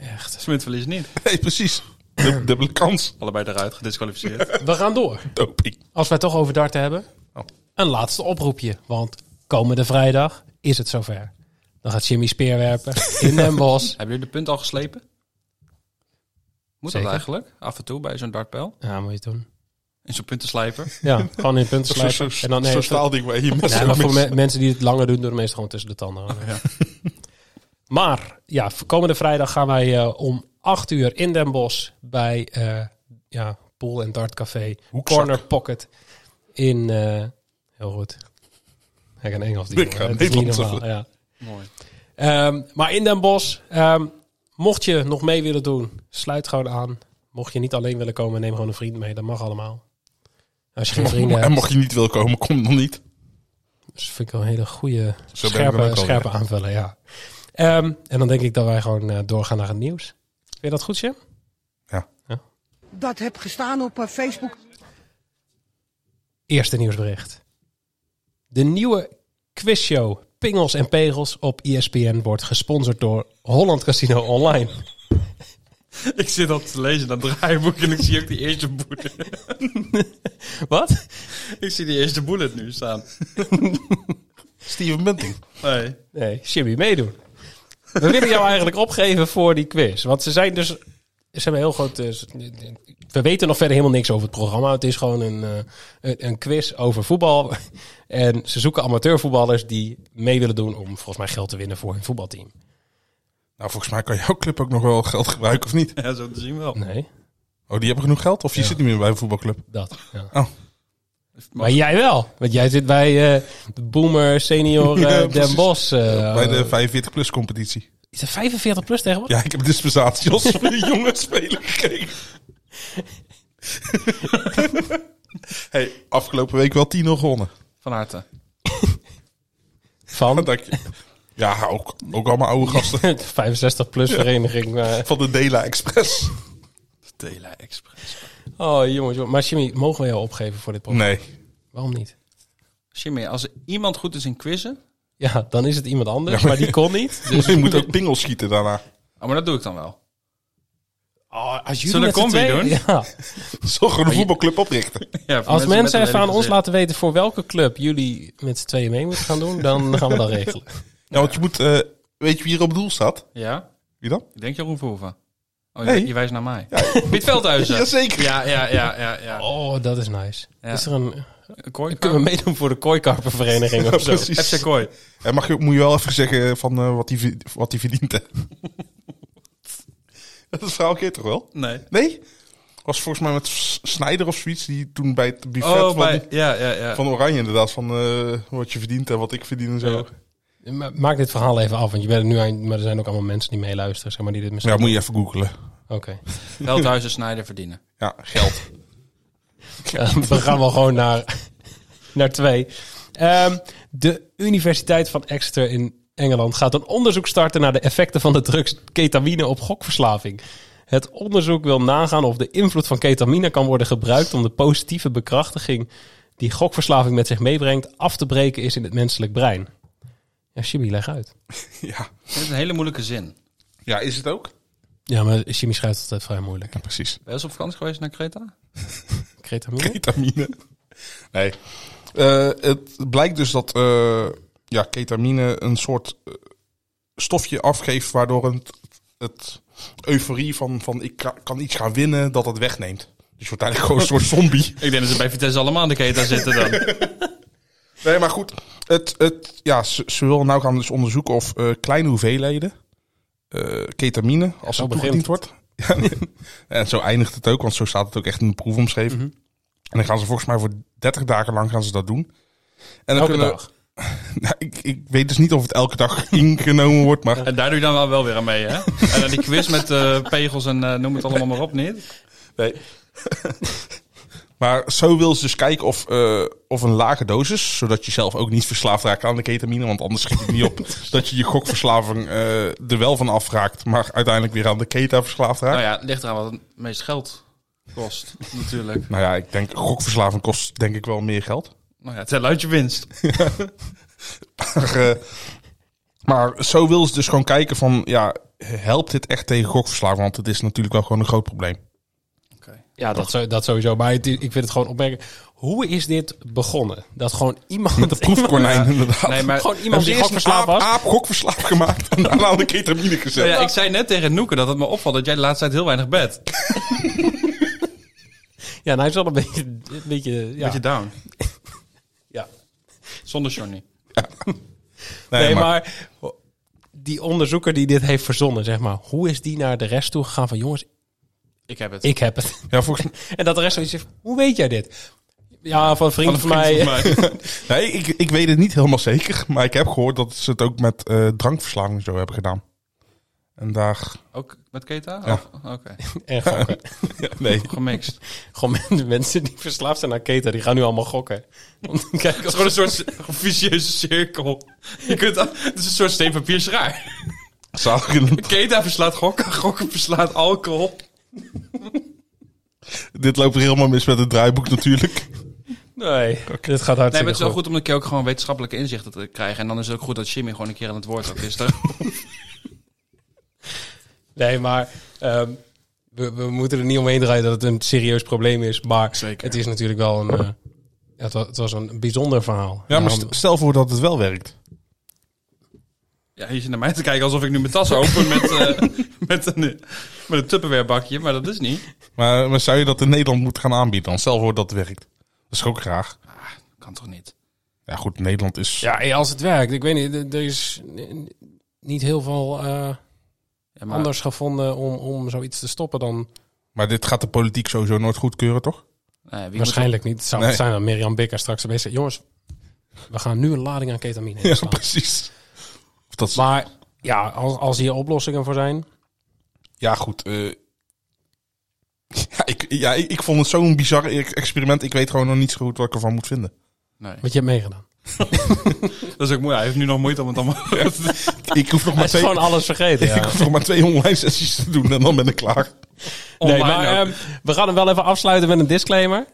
F: Echt.
H: Smit verliest niet.
G: Nee, precies. Dub- dubbele kans.
H: Allebei eruit, gedisqualificeerd.
F: We gaan door.
G: Doping.
F: Als wij het toch over darten hebben,
G: Oh.
F: een laatste oproepje. Want komende vrijdag is het zover. Dan gaat Jimmy speerwerpen in Den Bosch.
H: Hebben jullie de punt al geslepen? Moet
F: Zeker.
H: dat eigenlijk? Af en toe bij zo'n dartpijl?
F: Ja, moet je het doen.
H: In zo'n puntenslijper?
F: Ja, gewoon in punten
G: Zo'n
F: slijpen.
G: zo,
F: En dan nee,
G: zo
F: voor-
G: staalding waar je
F: nee,
G: mensen
F: maar voor
G: mist.
F: me- mensen die het langer doen, doen de meesten gewoon tussen de tanden. aan. Maar ja, voor komende vrijdag gaan wij eh, om 8 uur in Den Bosch bij eh ja, Pool en Dart Café
G: Hoekzak.
F: Corner Pocket in... eh, heel goed. Hij kan Engels. Die
G: Ik
F: jongen.
G: kan
F: Het is niet
G: Nederlands
F: normaal, ja.
H: Mooi.
F: Ehm, maar in Den Bosch, ehm, mocht je nog mee willen doen, sluit gewoon aan. Mocht je niet alleen willen komen, neem gewoon een vriend mee. Dat mag allemaal. Als je geen vrienden
G: En
F: hebt,
G: mocht je niet wil komen, kom dan niet.
F: dus vind ik wel een hele goede,
G: Zo ben ik
F: scherpe,
G: dan ook
F: scherpe
G: alweer.
F: aanvullen. Ja. Ehm, en dan denk ik dat wij gewoon eh, doorgaan naar het nieuws. Vind je dat goed, Jim?
G: Ja.
I: Dat heb gestaan op eh, Facebook.
F: Eerste nieuwsbericht. De nieuwe quizshow Pingels en Pegels op E ESPN wordt gesponsord door Holland Casino Online.
H: ik zit al te lezen dat draaiboek en ik zie ook die eerste bullet.
F: Wat?
H: ik zie die eerste bullet nu staan.
G: Steven Bunting.
H: Nee.
F: Nee, Jimmy, meedoen. We willen jou eigenlijk opgeven voor die quiz. Want ze zijn dus... Ze hebben heel groot... eh, s- we weten nog verder helemaal niks over het programma. Het is gewoon een, eh, een- een quiz over voetbal. En ze zoeken amateurvoetballers die mee willen doen... om volgens mij geld te winnen voor hun voetbalteam.
G: Nou, volgens mij kan jouw club ook nog wel geld gebruiken, of niet?
H: Ja, zo te zien wel.
F: Nee,
G: Oh, die hebben genoeg geld? Of je
F: Ja.
G: zit niet meer bij een voetbalclub?
F: dat. Ja.
G: Oh.
F: Maar jij wel. Want jij zit bij eh, de Boomer Senior eh,
G: Ja,
F: Den
G: precies.
F: Bosch.
H: Oh.
F: eh,
G: bij de 45-plus competitie.
F: Is het 45 plus tegenwoordig?
G: Ja, ik heb dispensatie als voor een jonge speler gekregen. hey, afgelopen week wel 10-0 gewonnen.
H: Van harte.
F: Van
G: Dat je- Ja, ook, ook allemaal oude gasten
F: de 65-plus vereniging. eh.
G: van de Dela Express.
H: Dela Express.
F: oh, jongens. jongens. Maar Jimmy, mogen we jou opgeven voor dit programma?
G: Nee.
F: Waarom niet?
H: Jimmy, als er iemand goed is in quizzen...
F: Ja, dan is het iemand anders,
G: Ja, maar-
F: maar die kon niet.
G: Dus je moet ook pingels schieten daarna.
H: Oh, maar dat doe ik dan wel.
F: als
H: jullie Zullen we met z'n combi tweeën-
F: Ja.
G: Zo gewoon een voetbalclub oprichten.
H: Ja, voor
F: Als
H: met
F: mensen
H: een
F: even aan
H: lelijk
F: ons
H: gezicht.
F: laten weten voor welke club jullie met z'n tweeën mee moeten gaan doen, dan gaan we dat regelen.
G: Ja, want je moet... eh, weet je wie hier op het doel staat?
H: Ja?
G: Wie dan?
H: Ik denk Jeroen Verhoeven. Oh, je,
G: Hey.
H: je wijst naar mij. Piet Veldhuizen.
G: Jazeker.
H: Ja, ja, ja, ja. ja.
F: Oh, dat is nice.
H: Ja.
F: Is er een,
H: Kooi-
F: kunnen we meedoen voor de kooikarpervereniging of zo?
H: FC Kooi.
G: En mag je, moet je wel even zeggen van eh, wat hij die, wat die verdient, hè? Dat verhaal keer toch wel?
H: Nee.
G: Nee? Was volgens mij met S- Snyder of zoiets, die toen bij het buffet
H: Oh,
G: van,
H: bij, ja, ja, ja.
G: van Oranje inderdaad, van eh, wat je verdient en wat ik verdien en zo.
H: Ja.
F: Ma- Maak dit verhaal even af, want je bent er nu aan, maar er zijn ook allemaal mensen die meeluisteren, zeg maar, die dit misschien...
G: moet je even googelen.
F: Oké.
H: Veldhuizen Snijder verdienen.
G: Ja, geld.
F: Ja, we gaan wel gewoon naar, naar twee. Ehm, de Universiteit van Exeter in Engeland gaat een onderzoek starten naar de effecten van de drugs ketamine op gokverslaving. Het onderzoek wil nagaan of de invloed van ketamine kan worden gebruikt om de positieve bekrachtiging die gokverslaving met zich meebrengt af te breken is in het menselijk brein. Ja, Jimmy, leg uit.
G: ja.
H: Dat is een hele moeilijke zin.
G: ja, is het ook?
F: Ja, maar Jimmy schrijft altijd vrij moeilijk.
G: Ja, precies.
H: Ben je eens op vakantie geweest naar Creta?
F: Ketamine?
G: Ketamine. Nee. Eh, het blijkt dus dat eh, ja, ketamine een soort eh, stofje afgeeft waardoor het, het euforie van, van ik ka- kan iets gaan winnen, dat het wegneemt. Dus je wordt eigenlijk gewoon een soort zombie.
H: Ik denk dat ze bij Vitesse allemaal aan de Creta zitten dan.
G: Nee, maar goed. Het, het, ja, ze, ze willen nou gaan dus onderzoeken of eh, kleine hoeveelheden eh, ketamine, als
F: zo
G: het
F: begint
G: toegediend wordt. Ja, en zo eindigt het ook, want zo staat het ook echt in de proef omschreven.
F: Mhm.
G: En dan gaan ze volgens mij voor 30 dagen lang gaan ze dat doen. En dan
F: Elke
G: kunnen,
F: dag.
G: Nou, ik, ik weet dus niet of het elke dag ingenomen wordt, maar
H: En daar doe je dan wel, wel weer aan mee, hè? En dan die quiz met eh, pegels en eh, noem het allemaal maar op, niet?
G: Maar zo wil ze dus kijken of, eh, of een lage dosis, zodat je zelf ook niet verslaafd raakt aan de ketamine, want anders schiet het niet op dat je je gokverslaving eh, er wel van afraakt, maar uiteindelijk weer aan de keta verslaafd raakt.
H: Nou ja, het ligt eraan wat het meest geld kost, natuurlijk.
G: Nou ja, ik denk gokverslaving kost denk ik wel meer geld.
H: Nou ja, het is uit je winst.
G: Maar, eh, maar zo wil ze dus gewoon kijken van, ja, helpt dit echt tegen gokverslaving? Want het is natuurlijk wel gewoon een groot probleem.
F: Ja, dat, zo- dat sowieso. Maar het is- ik vind het gewoon opmerkelijk. Hoe is dit begonnen? Dat gewoon iemand...
G: Met de proefkonijn inderdaad.
H: Nee, maar
F: Gewoon
G: Hebben
F: iemand
G: ze
F: die
G: eerst een
F: gokverslaafd
G: aap,
F: was?
G: aap gokverslaafd gemaakt en daarna aan de ketamine gezet?
H: Nou ja, ik zei net tegen Noeke dat het me opvalt dat jij de laatste tijd heel weinig bed.
F: Ja, nou, hij is wel een beetje... Een beetje, ja.
H: Beetje down.
F: Ja.
H: Zonder Johnny.
F: nee, maar... Die onderzoeker die dit heeft verzonnen, zeg maar. Hoe is die naar de rest toe gegaan van... Jongens,
H: Ik heb het.
F: ik heb het.
G: Ja, volgens mij...
F: En dat de rest zoiets zegt... Hoe weet jij dit? Ja, van een vriend van,
H: Van een
F: mij.
H: vriend van mij.
G: Nee, ik, ik weet het niet helemaal zeker. Maar ik heb gehoord dat ze het ook met eh, drankverslaving zo hebben gedaan. En daar...
H: Ook met Keta?
G: Ja.
H: Of- Oké,
F: En gokken.
G: nee.
H: gemixt. Het
F: gewoon men- mensen die verslaafd zijn aan keten, die gaan nu allemaal gokken. Om te kijken
H: is
F: of-
H: gewoon een soort vicieuze cirkel. Je kunt, het is een soort steen, papier, schaar.
G: Zalig in het-
H: Keta verslaat gokken, gokken verslaat alcohol.
G: dit loopt er helemaal mis met het draaiboek natuurlijk.
F: Nee, dit gaat hartstikke
H: Nee, maar het is wel
F: goed.
H: goed om een keer ook gewoon wetenschappelijke inzichten te krijgen. En dan is het ook goed dat Jimmy gewoon een keer aan het woord ook is. toch?
F: Nee, maar ehm, we, we moeten er niet omheen draaien dat het een serieus probleem is. Maar
H: Zeker.
F: het is natuurlijk wel een. eh, ja, het, was, het was een bijzonder verhaal.
G: Ja, maar
F: Daarom-
G: st- stel voor dat het wel werkt.
H: Ja, je zit naar mij te kijken alsof ik nu mijn tas open met, eh, met, een, met een Tupperware bakje, maar dat is niet.
G: Maar, maar zou je dat in Nederland moeten gaan aanbieden dan? Stel voor dat het werkt. Dat is ook graag.
H: Kan toch niet?
G: Ja goed, Nederland is...
F: ja, hey, als het werkt. Ik weet niet, er- er is n- niet heel veel eh,
H: Ja, maar-
F: anders gevonden om, om zoiets te stoppen dan.
G: Maar dit gaat de politiek sowieso nooit goedkeuren, toch?
H: Nee, wie moet-
F: Waarschijnlijk niet. Het zou
G: Nee.
F: het zijn dat Mirjam Bikker straks opeens zegt: jongens, we gaan nu een lading aan ketamine
G: Ja,
F: inslaan.
G: precies. Of dat is-
F: maar ja, als, als hier oplossingen voor zijn.
G: Ja, goed. eh, ja, ik, ja, ik, ik vond het zo'n bizar e- experiment. Ik weet gewoon nog niet zo goed wat ik ervan moet vinden.
H: Nee.
F: Want je hebt meegedaan.
H: Dat is ook moeilijk. Hij heeft nu nog moeite om het allemaal...
G: Ik hoef nog maar twee,
F: alles vergeten.
G: ik hoef nog maar twee online sessies te doen en dan ben ik klaar.
F: Nee,
H: Online
F: maar
H: ook.
F: ehm, we gaan hem wel even afsluiten met een disclaimer.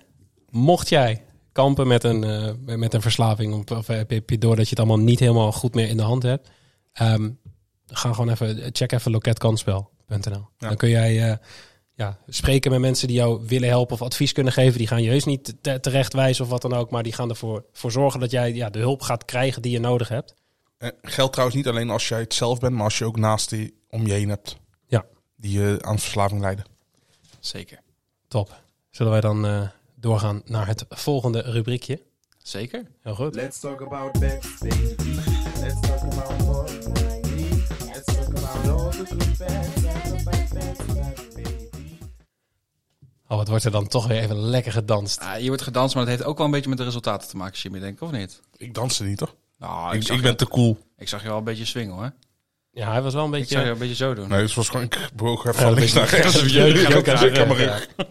F: Mocht jij kampen met een, eh, met een verslaving, of, of heb je- heb je door dat je het allemaal niet helemaal goed meer in de hand hebt, ehm, ga gewoon even, check even loketkanspel.nl. Dan kun jij eh, ja, spreken met mensen die jou willen helpen of advies kunnen geven. Die gaan je heus niet te- terecht wijzen of wat dan ook, maar die gaan ervoor voor zorgen dat jij ja, de hulp gaat krijgen die je nodig hebt.
G: Eh, Geldt trouwens niet alleen als jij het zelf bent, maar als je ook naast die om je heen hebt.
F: Ja.
G: Die je aan verslaving leiden.
H: Zeker.
F: Top. Zullen wij dan eh, doorgaan naar het volgende rubriekje?
H: Zeker?
F: Heel goed.
J: Let's talk about bets, baby. Let's talk about money. Let's talk about all the good bets. Talk about bets, bets, baby.
F: Oh, wat wordt er dan toch weer even lekker gedanst.
H: Ah, je wordt gedanst, maar dat heeft ook wel een beetje met de resultaten te maken, Jimmy, denk ik, of niet?
G: Ik danste niet, toch?
H: Nou, ik,
G: Ah, ik,
H: zag,
G: ik ben te cool.
H: ik zag je wel een beetje swingen, hoor.
F: Ja, hij was wel een
H: Ik zag je
F: beetje...
H: een beetje zo doen.
G: Nee, dus was gewoon ik broken heb
F: Ja,
G: van
F: dat
G: links
F: weet
G: naar rechts.
F: Ja, dat
G: Ik
F: weet je ook
G: heb
F: aan
G: een
F: de
G: aan mijn
F: rug,
G: rug.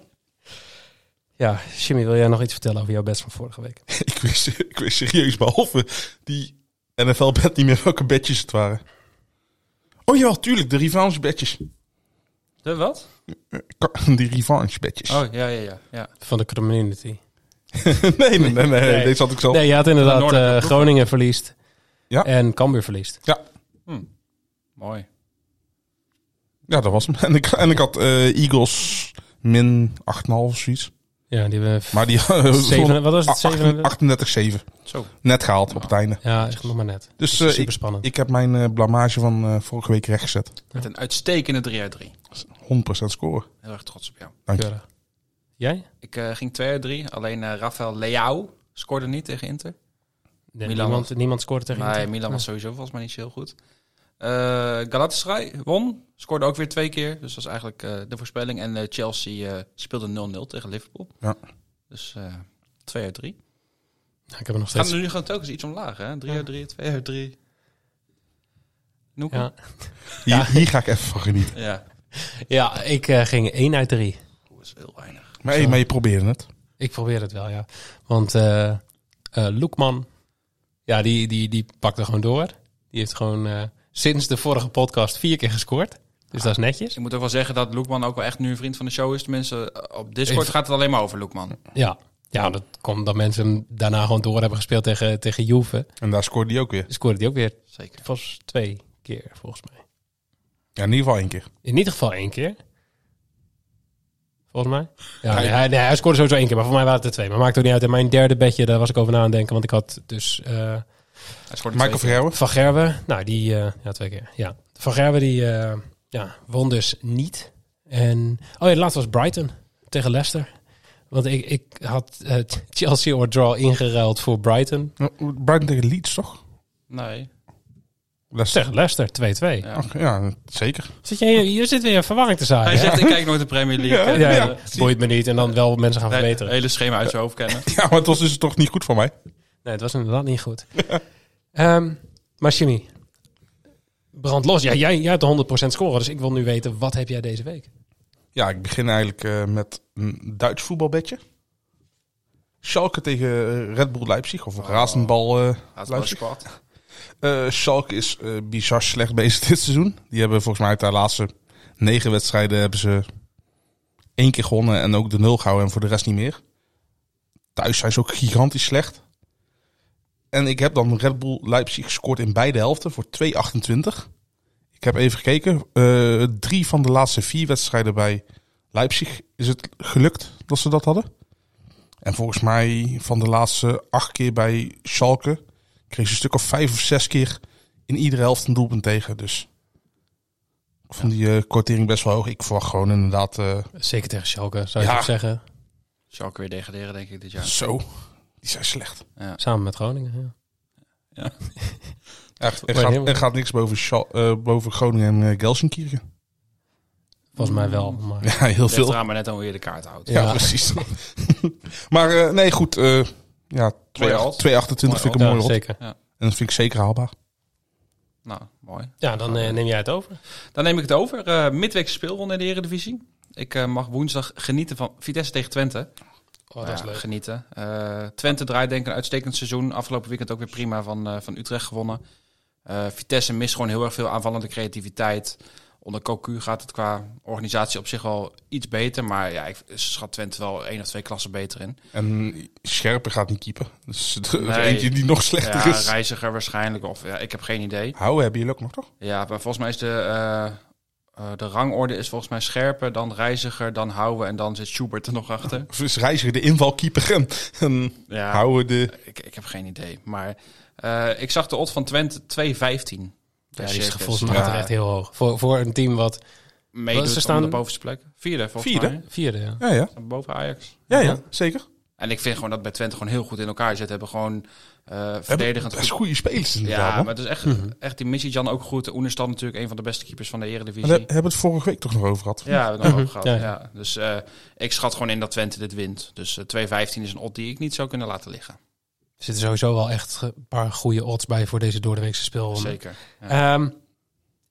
F: Ja, Jimmy, wil jij nog iets vertellen over jouw best van vorige week?
G: Ik wist, ik wist serieus, behalve die NFL-bed niet meer welke bedjes het waren. Oh ja, tuurlijk, de revanche bedjes.
H: De wat?
G: Die revanche bedjes.
H: Oh, ja, ja, ja. ja.
F: Van de community.
G: nee, nee, nee, nee,
F: Nee.
G: deze had ik zelf.
F: Nee, je had inderdaad
H: Noordelijke
F: eh,
H: ploeg.
F: Groningen verliest.
G: Ja.
F: En Cambuur verliest.
H: Mooi.
G: Ja, dat was hem. En ik, en ik had eh, Eagles min 8,5 of zoiets.
F: Ja, die hebben... v-
G: Maar die eh, ah,
F: Zeven, wat was het? Zeven, Oh,
G: 38-7.
H: Zo.
G: Net gehaald op het einde.
F: ja, echt nog maar net.
G: Dus eh,
F: Super
G: ik,
F: spannend.
G: ik heb mijn eh, blamage van eh, vorige week rechtgezet. 100%
H: Met een uitstekende 3 uit 3.
G: scoren.
H: Heel erg trots op jou.
G: Dank je.
F: Keurig. Jij?
H: Ik eh, ging 2 uit 3, alleen eh Rafael Leao scoorde niet tegen Inter.
F: Nee,
H: Milan
F: niemand, niemand scoorde tegen
H: Nee,
F: Inter.
H: Milan was sowieso volgens mij niet zo heel goed. Eh Galatasaray won, scoorde ook weer twee keer. Dus dat was eigenlijk eh, de voorspelling. En eh, Chelsea eh, speelde 0-0 tegen Liverpool.
G: Ja.
H: Dus eh 2 uit 3.
F: Ja, Ik heb er nog
H: Gaan
F: steeds...
H: we nu gewoon telkens iets omlaag, hè? 3 uit 3, 2 uit 3. Noeke?
F: Ja.
H: Ja.
G: Hier, hier ga ik even van genieten.
F: Ja, ik eh, ging 1 uit 3.
H: Dat is heel weinig.
G: Maar, hey, maar je probeerde het.
F: Ik probeer het wel, ja. Want eh eh Loekman, ja, die, die, die pakte gewoon door. Die heeft gewoon eh, sinds de vorige podcast vier keer gescoord. Dus dat is netjes.
H: Ik moet ook wel zeggen dat Loekman ook wel echt nu een vriend van de show is. Tenminste, eh, op Discord gaat het alleen maar over Loekman.
F: Ja. Ja, dat komt dat mensen hem daarna gewoon door hebben gespeeld tegen, tegen Juve.
G: En daar scoorde hij ook weer.
F: Scoorde hij ook weer
H: Zeker.
F: pas twee keer, volgens mij.
G: Ja, in ieder geval één keer.
F: In ieder geval één keer. Volgens mij. Ja, nee, hij, nee, hij scoorde sowieso één keer, maar voor mij waren het er twee. Maar maakt ook niet uit. En mijn derde bedje, daar was ik over na aan het denken. Want ik had dus eh,
H: Hij scoorde
G: Michael
H: twee keer.
G: Verheerwe.
F: Van Gerben, nou die, eh, ja twee keer, ja. Van Gerben die, eh, ja, won dus niet. En, oh ja, de laatste was Brighton tegen Leicester. Want ik, ik had eh, Chelsea or draw ingeruild voor Brighton.
G: Nou, Brighton tegen Leeds, toch?
H: Nee.
G: Leicester.
F: Tegen Leicester, 2-2.
H: Ja.
G: Ach, ja, zeker.
F: Zit je, je zit weer verwarring te
H: Hij
F: zaaien. hè?
H: zegt, ik kijk nooit de Premier League.
F: Ja, ja. boeit me niet. En dan wel mensen gaan
H: Het
F: verbeteren.
H: hele schema uit zijn hoofd kennen.
G: Ja, maar het was dus toch niet goed voor mij.
F: Nee, het was inderdaad niet goed. Ehm, maar Jimmy, brand los. Ja, jij, jij hebt de 100% scoren, dus ik wil nu weten, wat heb jij deze week?
G: Ja, ik begin eigenlijk eh, met een Duits voetbalbedje. Schalke tegen eh, Red Bull Leipzig, of Razenbal eh, Leipzig.
H: squad.
G: Eh, Schalke is eh, bizar slecht bezig dit seizoen. Die hebben volgens mij uit de laatste negen wedstrijden hebben ze één keer gewonnen en ook de nul gehouden en voor de rest niet meer. Thuis zijn ze ook gigantisch slecht. En ik heb dan Red Bull Leipzig gescoord in beide helften voor 2,28. Ik heb even gekeken. eh, drie van de laatste vier wedstrijden bij Leipzig is het gelukt dat ze dat hadden. En volgens mij van de laatste acht keer bij Schalke kreeg ze een stuk of vijf of zes keer in iedere helft een doelpunt tegen. Dus ik vond die eh kwartering best wel hoog. Ik verwacht gewoon inderdaad eh,
F: Zeker tegen Schalke, zou je
G: Ja.
F: toch zeggen.
H: Schalke weer degraderen, denk ik, dit jaar.
G: zo. Die zijn slecht.
F: Samen met Groningen, ja.
G: Echt, er,
F: Maar
G: gaat,
F: heel-
G: er gaat niks boven, Schal- eh, boven Groningen en eh, Gelsenkirchen.
F: Volgens mij wel, maar...
G: Ja, heel
H: Ligt
G: veel.
H: eraan maar net aan hoe je de kaart houdt.
G: Ja,
F: Ja.
G: precies. maar eh, nee, goed. eh ja, 2,28
H: alt.
G: vind ik een
F: Ja,
G: mooi op. En
F: zeker.
G: dat vind ik zeker haalbaar.
H: Nou, mooi.
F: Ja, dan eh, neem jij het over.
H: Dan neem ik het over. Eh midweekse speelronde in de Eredivisie. Ik eh, mag woensdag genieten van Vitesse tegen Twente.
F: Oh, dat
H: Nou
F: is
H: ja,
F: leuk.
H: Genieten. Eh, Twente draait denk ik een uitstekend seizoen. Afgelopen weekend ook weer prima van, eh, van Utrecht gewonnen. Eh, Vitesse mist gewoon heel erg veel aanvallende creativiteit. Onder Cocu gaat het qua organisatie op zich wel iets beter. Maar ja, ik schat Twente wel één of twee klassen beter in.
G: En Scherpen gaat niet keeper. Dus er is
H: Nee.
G: eentje die nog slechter
H: Ja,
F: Dus-
G: is.
H: reiziger waarschijnlijk. Of ja, ik heb geen idee.
G: Hou hebben jullie ook nog, toch?
H: Ja, maar volgens mij is de, eh, eh, de rangorde is volgens mij scherper. Dan reiziger, dan houden en dan zit Schubert er nog achter.
G: Of is Reiziger de invalkeeper en, en
H: Ja,
G: houden de...
H: Ik, ik heb geen idee. Maar eh, ik zag de odd van Twente 2-15.
F: Ja,
H: bij
F: die is
H: Circus.
F: volgens mij
H: Ja,
F: echt heel hoog. Voor, voor een team wat
H: meedoet
F: Ze
H: om
F: staan-
H: de bovenste plek. Vierde volgens
G: Vierde?
H: mij.
F: vierde, ja.
G: Ja, ja.
H: Boven Ajax.
G: Ja, ja, zeker.
H: En ik vind gewoon dat bij Twente gewoon heel goed in elkaar zit. Hebben gewoon eh verdedigend
G: Dat is
H: goed.
G: goede spelers inderdaad,
H: Ja,
G: man.
H: maar het is echt,
F: Mhm.
H: echt die missie Jan ook goed. Oenerstal natuurlijk een van de beste keepers van de Eredivisie.
G: Maar daar hebben we het vorige week toch nog over gehad.
H: Ja, we hebben het nog over
F: Mhm. Ja,
H: gehad.
F: ja.
H: Ja, Dus eh, ik schat gewoon in dat Twente dit wint. Dus eh, 2-15 is een odd die ik niet zou kunnen laten liggen.
F: Er zitten sowieso wel echt een paar goede odds bij voor deze doordeweekse speelronde.
H: Zeker.
F: Ehm,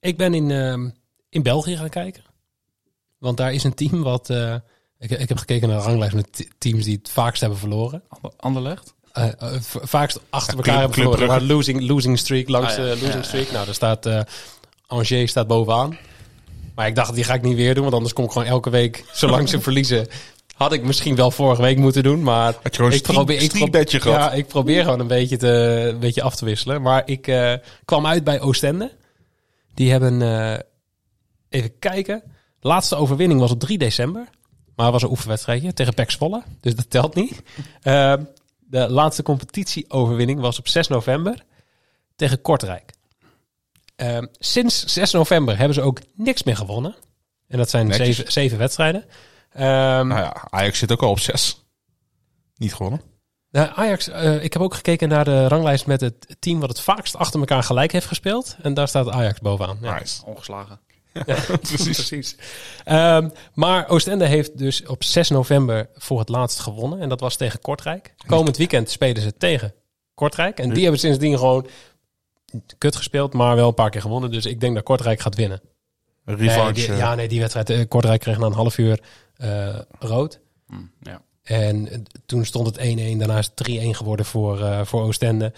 F: ik ben in, ehm, in België gaan kijken. Want daar is een team wat... eh, ik, ik heb gekeken naar de ranglijst met te- teams die het vaakst hebben verloren.
H: Anderlecht?
F: Eh, eh, v- vaakst achter elkaar
G: Club-
F: hebben
G: Club
F: verloren. Maar
G: Brugge.
F: losing, losing streak langs
H: Ah, ja.
F: de losing
H: Ja, ja.
F: streak. Nou, daar staat... eh Angers staat bovenaan. Maar ik dacht, die ga ik niet weer doen. Want anders kom ik gewoon elke week, zolang ze verliezen... Had ik misschien wel vorige week moeten doen, maar...
G: Had je gewoon een streak- streakbedje gehad.
F: Ja, ik probeer gewoon een beetje, te, een beetje af te wisselen. Maar ik eh, kwam uit bij Oostende. Die hebben, eh, even kijken, de laatste overwinning was op 3 december. Maar het was een oefenwedstrijdje tegen PEC Zwolle, dus dat telt niet. Ehm, de laatste competitieoverwinning was op 6 november tegen Kortrijk. Ehm, sinds 6 november hebben ze ook niks meer gewonnen. En dat zijn
G: Netjes.
F: zeven, zeven wedstrijden. Ehm,
G: Nou ja, Ajax zit ook al op zes. Niet gewonnen.
F: nou, Ajax, eh, ik heb ook gekeken naar de ranglijst met het team wat het vaakst achter elkaar gelijk heeft gespeeld. En daar staat Ajax bovenaan. Ja.
G: Nice.
H: Ongeslagen.
G: Precies.
F: Ehm, maar Oostende heeft dus op 6 november voor het laatst gewonnen. En dat was tegen Kortrijk. Komend weekend spelen ze tegen Kortrijk. En die hebben sindsdien gewoon kut gespeeld, maar wel een paar keer gewonnen. Dus ik denk dat Kortrijk gaat winnen. Nee,
G: Revanche.
F: die- ja, nee, die wedstrijd. eh, Kortrijk kreeg na een half uur eh, rood.
H: Hm, ja.
F: En eh, toen stond het 1-1. Daarna is het 3-1 geworden voor, eh, voor Oostende.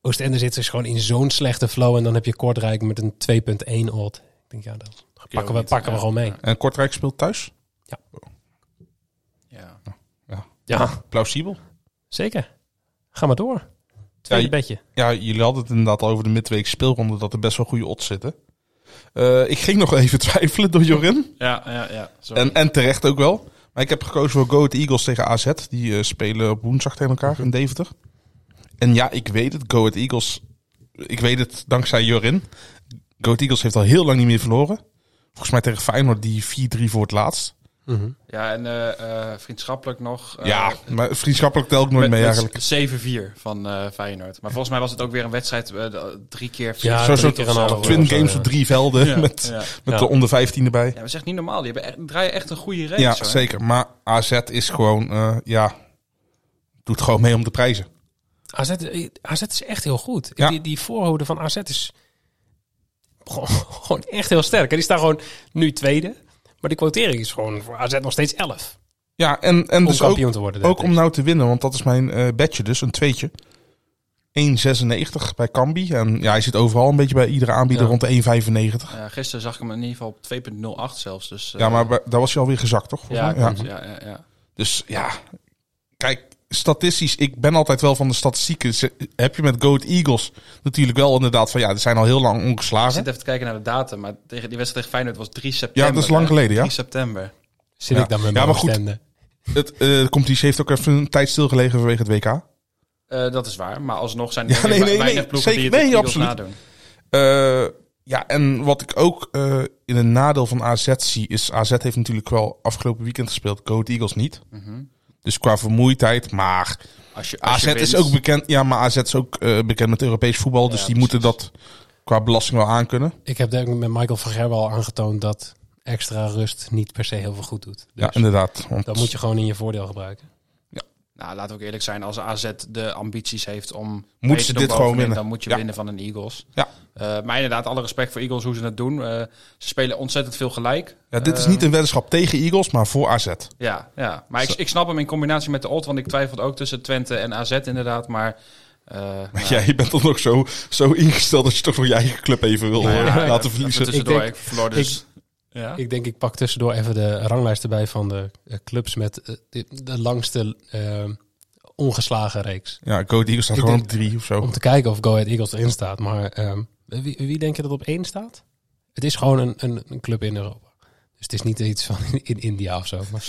F: Oostende zit dus gewoon in zo'n slechte flow. En dan heb je Kortrijk met een 2.1 odd. Ik denk, ja, dan pakken we,
H: niet,
F: pakken we
H: ja.
F: gewoon mee.
G: En Kortrijk speelt thuis.
H: Ja.
F: Ja,
G: Plausibel.
F: zeker. Ga maar door. Tweede
G: Ja,
F: bedje.
G: Ja, jullie hadden het inderdaad over de midweek speelronde dat er best wel goede odds zitten. Eh, ik ging nog even twijfelen door Jorin.
H: Ja, ja, ja. Sorry.
G: En, en terecht ook wel. Maar ik heb gekozen voor Go Ahead Eagles tegen AZ. Die eh, spelen op woensdag tegen
H: Mhm.
G: elkaar in Deventer. En ja, ik weet het. Go Ahead Eagles. Ik weet het dankzij Jorin. Go Ahead Eagles heeft al heel lang niet meer verloren. Volgens mij tegen Feyenoord die 4-3 voor het laatst.
H: Ja, en eh, eh, vriendschappelijk nog. eh,
G: ja, maar vriendschappelijk tel ik nooit
H: met,
G: mee
H: met
G: eigenlijk.
H: 7-4 van eh, Feyenoord. Maar volgens mij was het ook weer een wedstrijd eh, de- drie keer.
F: Ja,
G: Zo'n
F: drie
G: soort
F: keer een half uur
G: twin
F: of zo,
G: games
F: ja.
G: op drie velden
H: eh, Ja,
G: met,
H: ja.
G: met
F: Ja.
G: de onder 15 erbij.
H: Ja, dat is echt niet normaal. Die hebben echt, draaien echt een goede reeks.
G: Ja,
H: hoor.
G: zeker. Maar AZ is gewoon, eh, ja, doet gewoon mee om de prijzen.
F: AZ, eh, AZ is echt heel goed.
G: Ja.
F: Die, die voorhoede van AZ is gewoon, gewoon echt heel sterk. En die staan gewoon nu tweede. Maar die quotering is gewoon voor AZ nog steeds 11.
G: Ja, en, en
F: Om
G: dus ook,
F: kampioen te worden. denk
G: ook
F: ik.
G: om nou te winnen, want dat is mijn eh bedje dus, een tweetje. 1,96 bij Kambi. En ja, hij zit overal een beetje bij iedere aanbieder
F: Ja.
G: rond de 1,95.
H: Ja, Eh, gisteren zag ik hem in ieder geval op 2.08 zelfs. Dus, eh,
G: Ja, maar bij- daar was hij alweer gezakt, toch?
H: Ja,
G: volgens mij?
H: klopt. Ja, ja, ja.
G: Dus ja, kijk, statistisch, ik ben altijd wel van de statistieken. Ze- Heb je met Goat Eagles natuurlijk wel inderdaad van ja, die zijn al heel lang
H: Ik
G: ongeslagen.
H: zit even te kijken naar de datum, maar tegen die wedstrijd tegen Feyenoord was 3 september.
G: Ja, dat is lang
H: hè?
G: geleden, ja.
H: 3 september.
F: Zit
G: Ja.
F: ik dan met
G: Ja,
F: mijn
G: maar goed.
F: Oostende.
G: Het eh competitie heeft ook even een tijd stilgelegen vanwege het WK.
H: Eh, dat is waar, maar alsnog zijn
G: Ja,
H: er denk ik
G: nee, nee,
H: we-
G: nee.
H: weinig ploegen
G: Zeker,
H: die het
G: nee,
H: de Eagles
G: absoluut.
H: nadoen.
G: Eh, ja, en wat ik ook eh, in een nadeel van AZ zie, is AZ heeft natuurlijk wel afgelopen weekend gespeeld, Goat Eagles niet. Dus qua vermoeidheid, maar
H: Als je, Mhm. als
G: AZ
H: je
G: is
H: wint-
G: ook bekend. Ja, maar AZ is ook eh, bekend met Europees voetbal, dus die moeten dat qua belasting wel aankunnen.
F: Ik heb denk ik met Michael van Gerwen al aangetoond dat extra rust niet per se heel veel goed doet. Dus
G: Ja, inderdaad. Want
F: Dat moet je gewoon in je voordeel gebruiken.
H: Nou, laten we ook eerlijk zijn. Als AZ de ambities heeft om...
G: Moeten ze
H: beter
G: dit gewoon
H: bovenin,
G: winnen.
H: Dan moet je
G: Ja.
H: winnen van een Eagles.
G: Ja.
H: Eh, maar inderdaad, alle respect voor Eagles hoe ze het doen. Eh, ze spelen ontzettend veel gelijk.
G: Ja, dit is
H: Eh,
G: niet een weddenschap tegen Eagles, maar voor AZ.
H: Ja, ja. maar ik,
G: Zo.
H: ik snap hem in combinatie met de Old. Want ik twijfelde ook tussen Twente en AZ inderdaad. Maar... eh, nou,
G: Jij bent dan ook zo, zo ingesteld dat je toch voor je eigen club even wil
H: nou ja,
G: eh,
H: even-
G: laten
H: even
G: verliezen.
H: tussendoor.
F: Ik
H: Ik,
F: denk-
H: verloor dus... ja.
F: Ik denk, ik pak tussendoor even de ranglijst erbij van de eh, clubs met eh, de, de langste eh, ongeslagen reeks.
G: Ja, Go Eagles staat
F: Ik
G: gewoon
F: denk-
G: op drie of zo.
F: Om te kijken of Go Ahead Eagles erin staat. Maar ehm, wie, wie denk je dat op één staat? Het is gewoon een, een, een club in Europa. Dus het is niet iets van in, in India of zo. Maar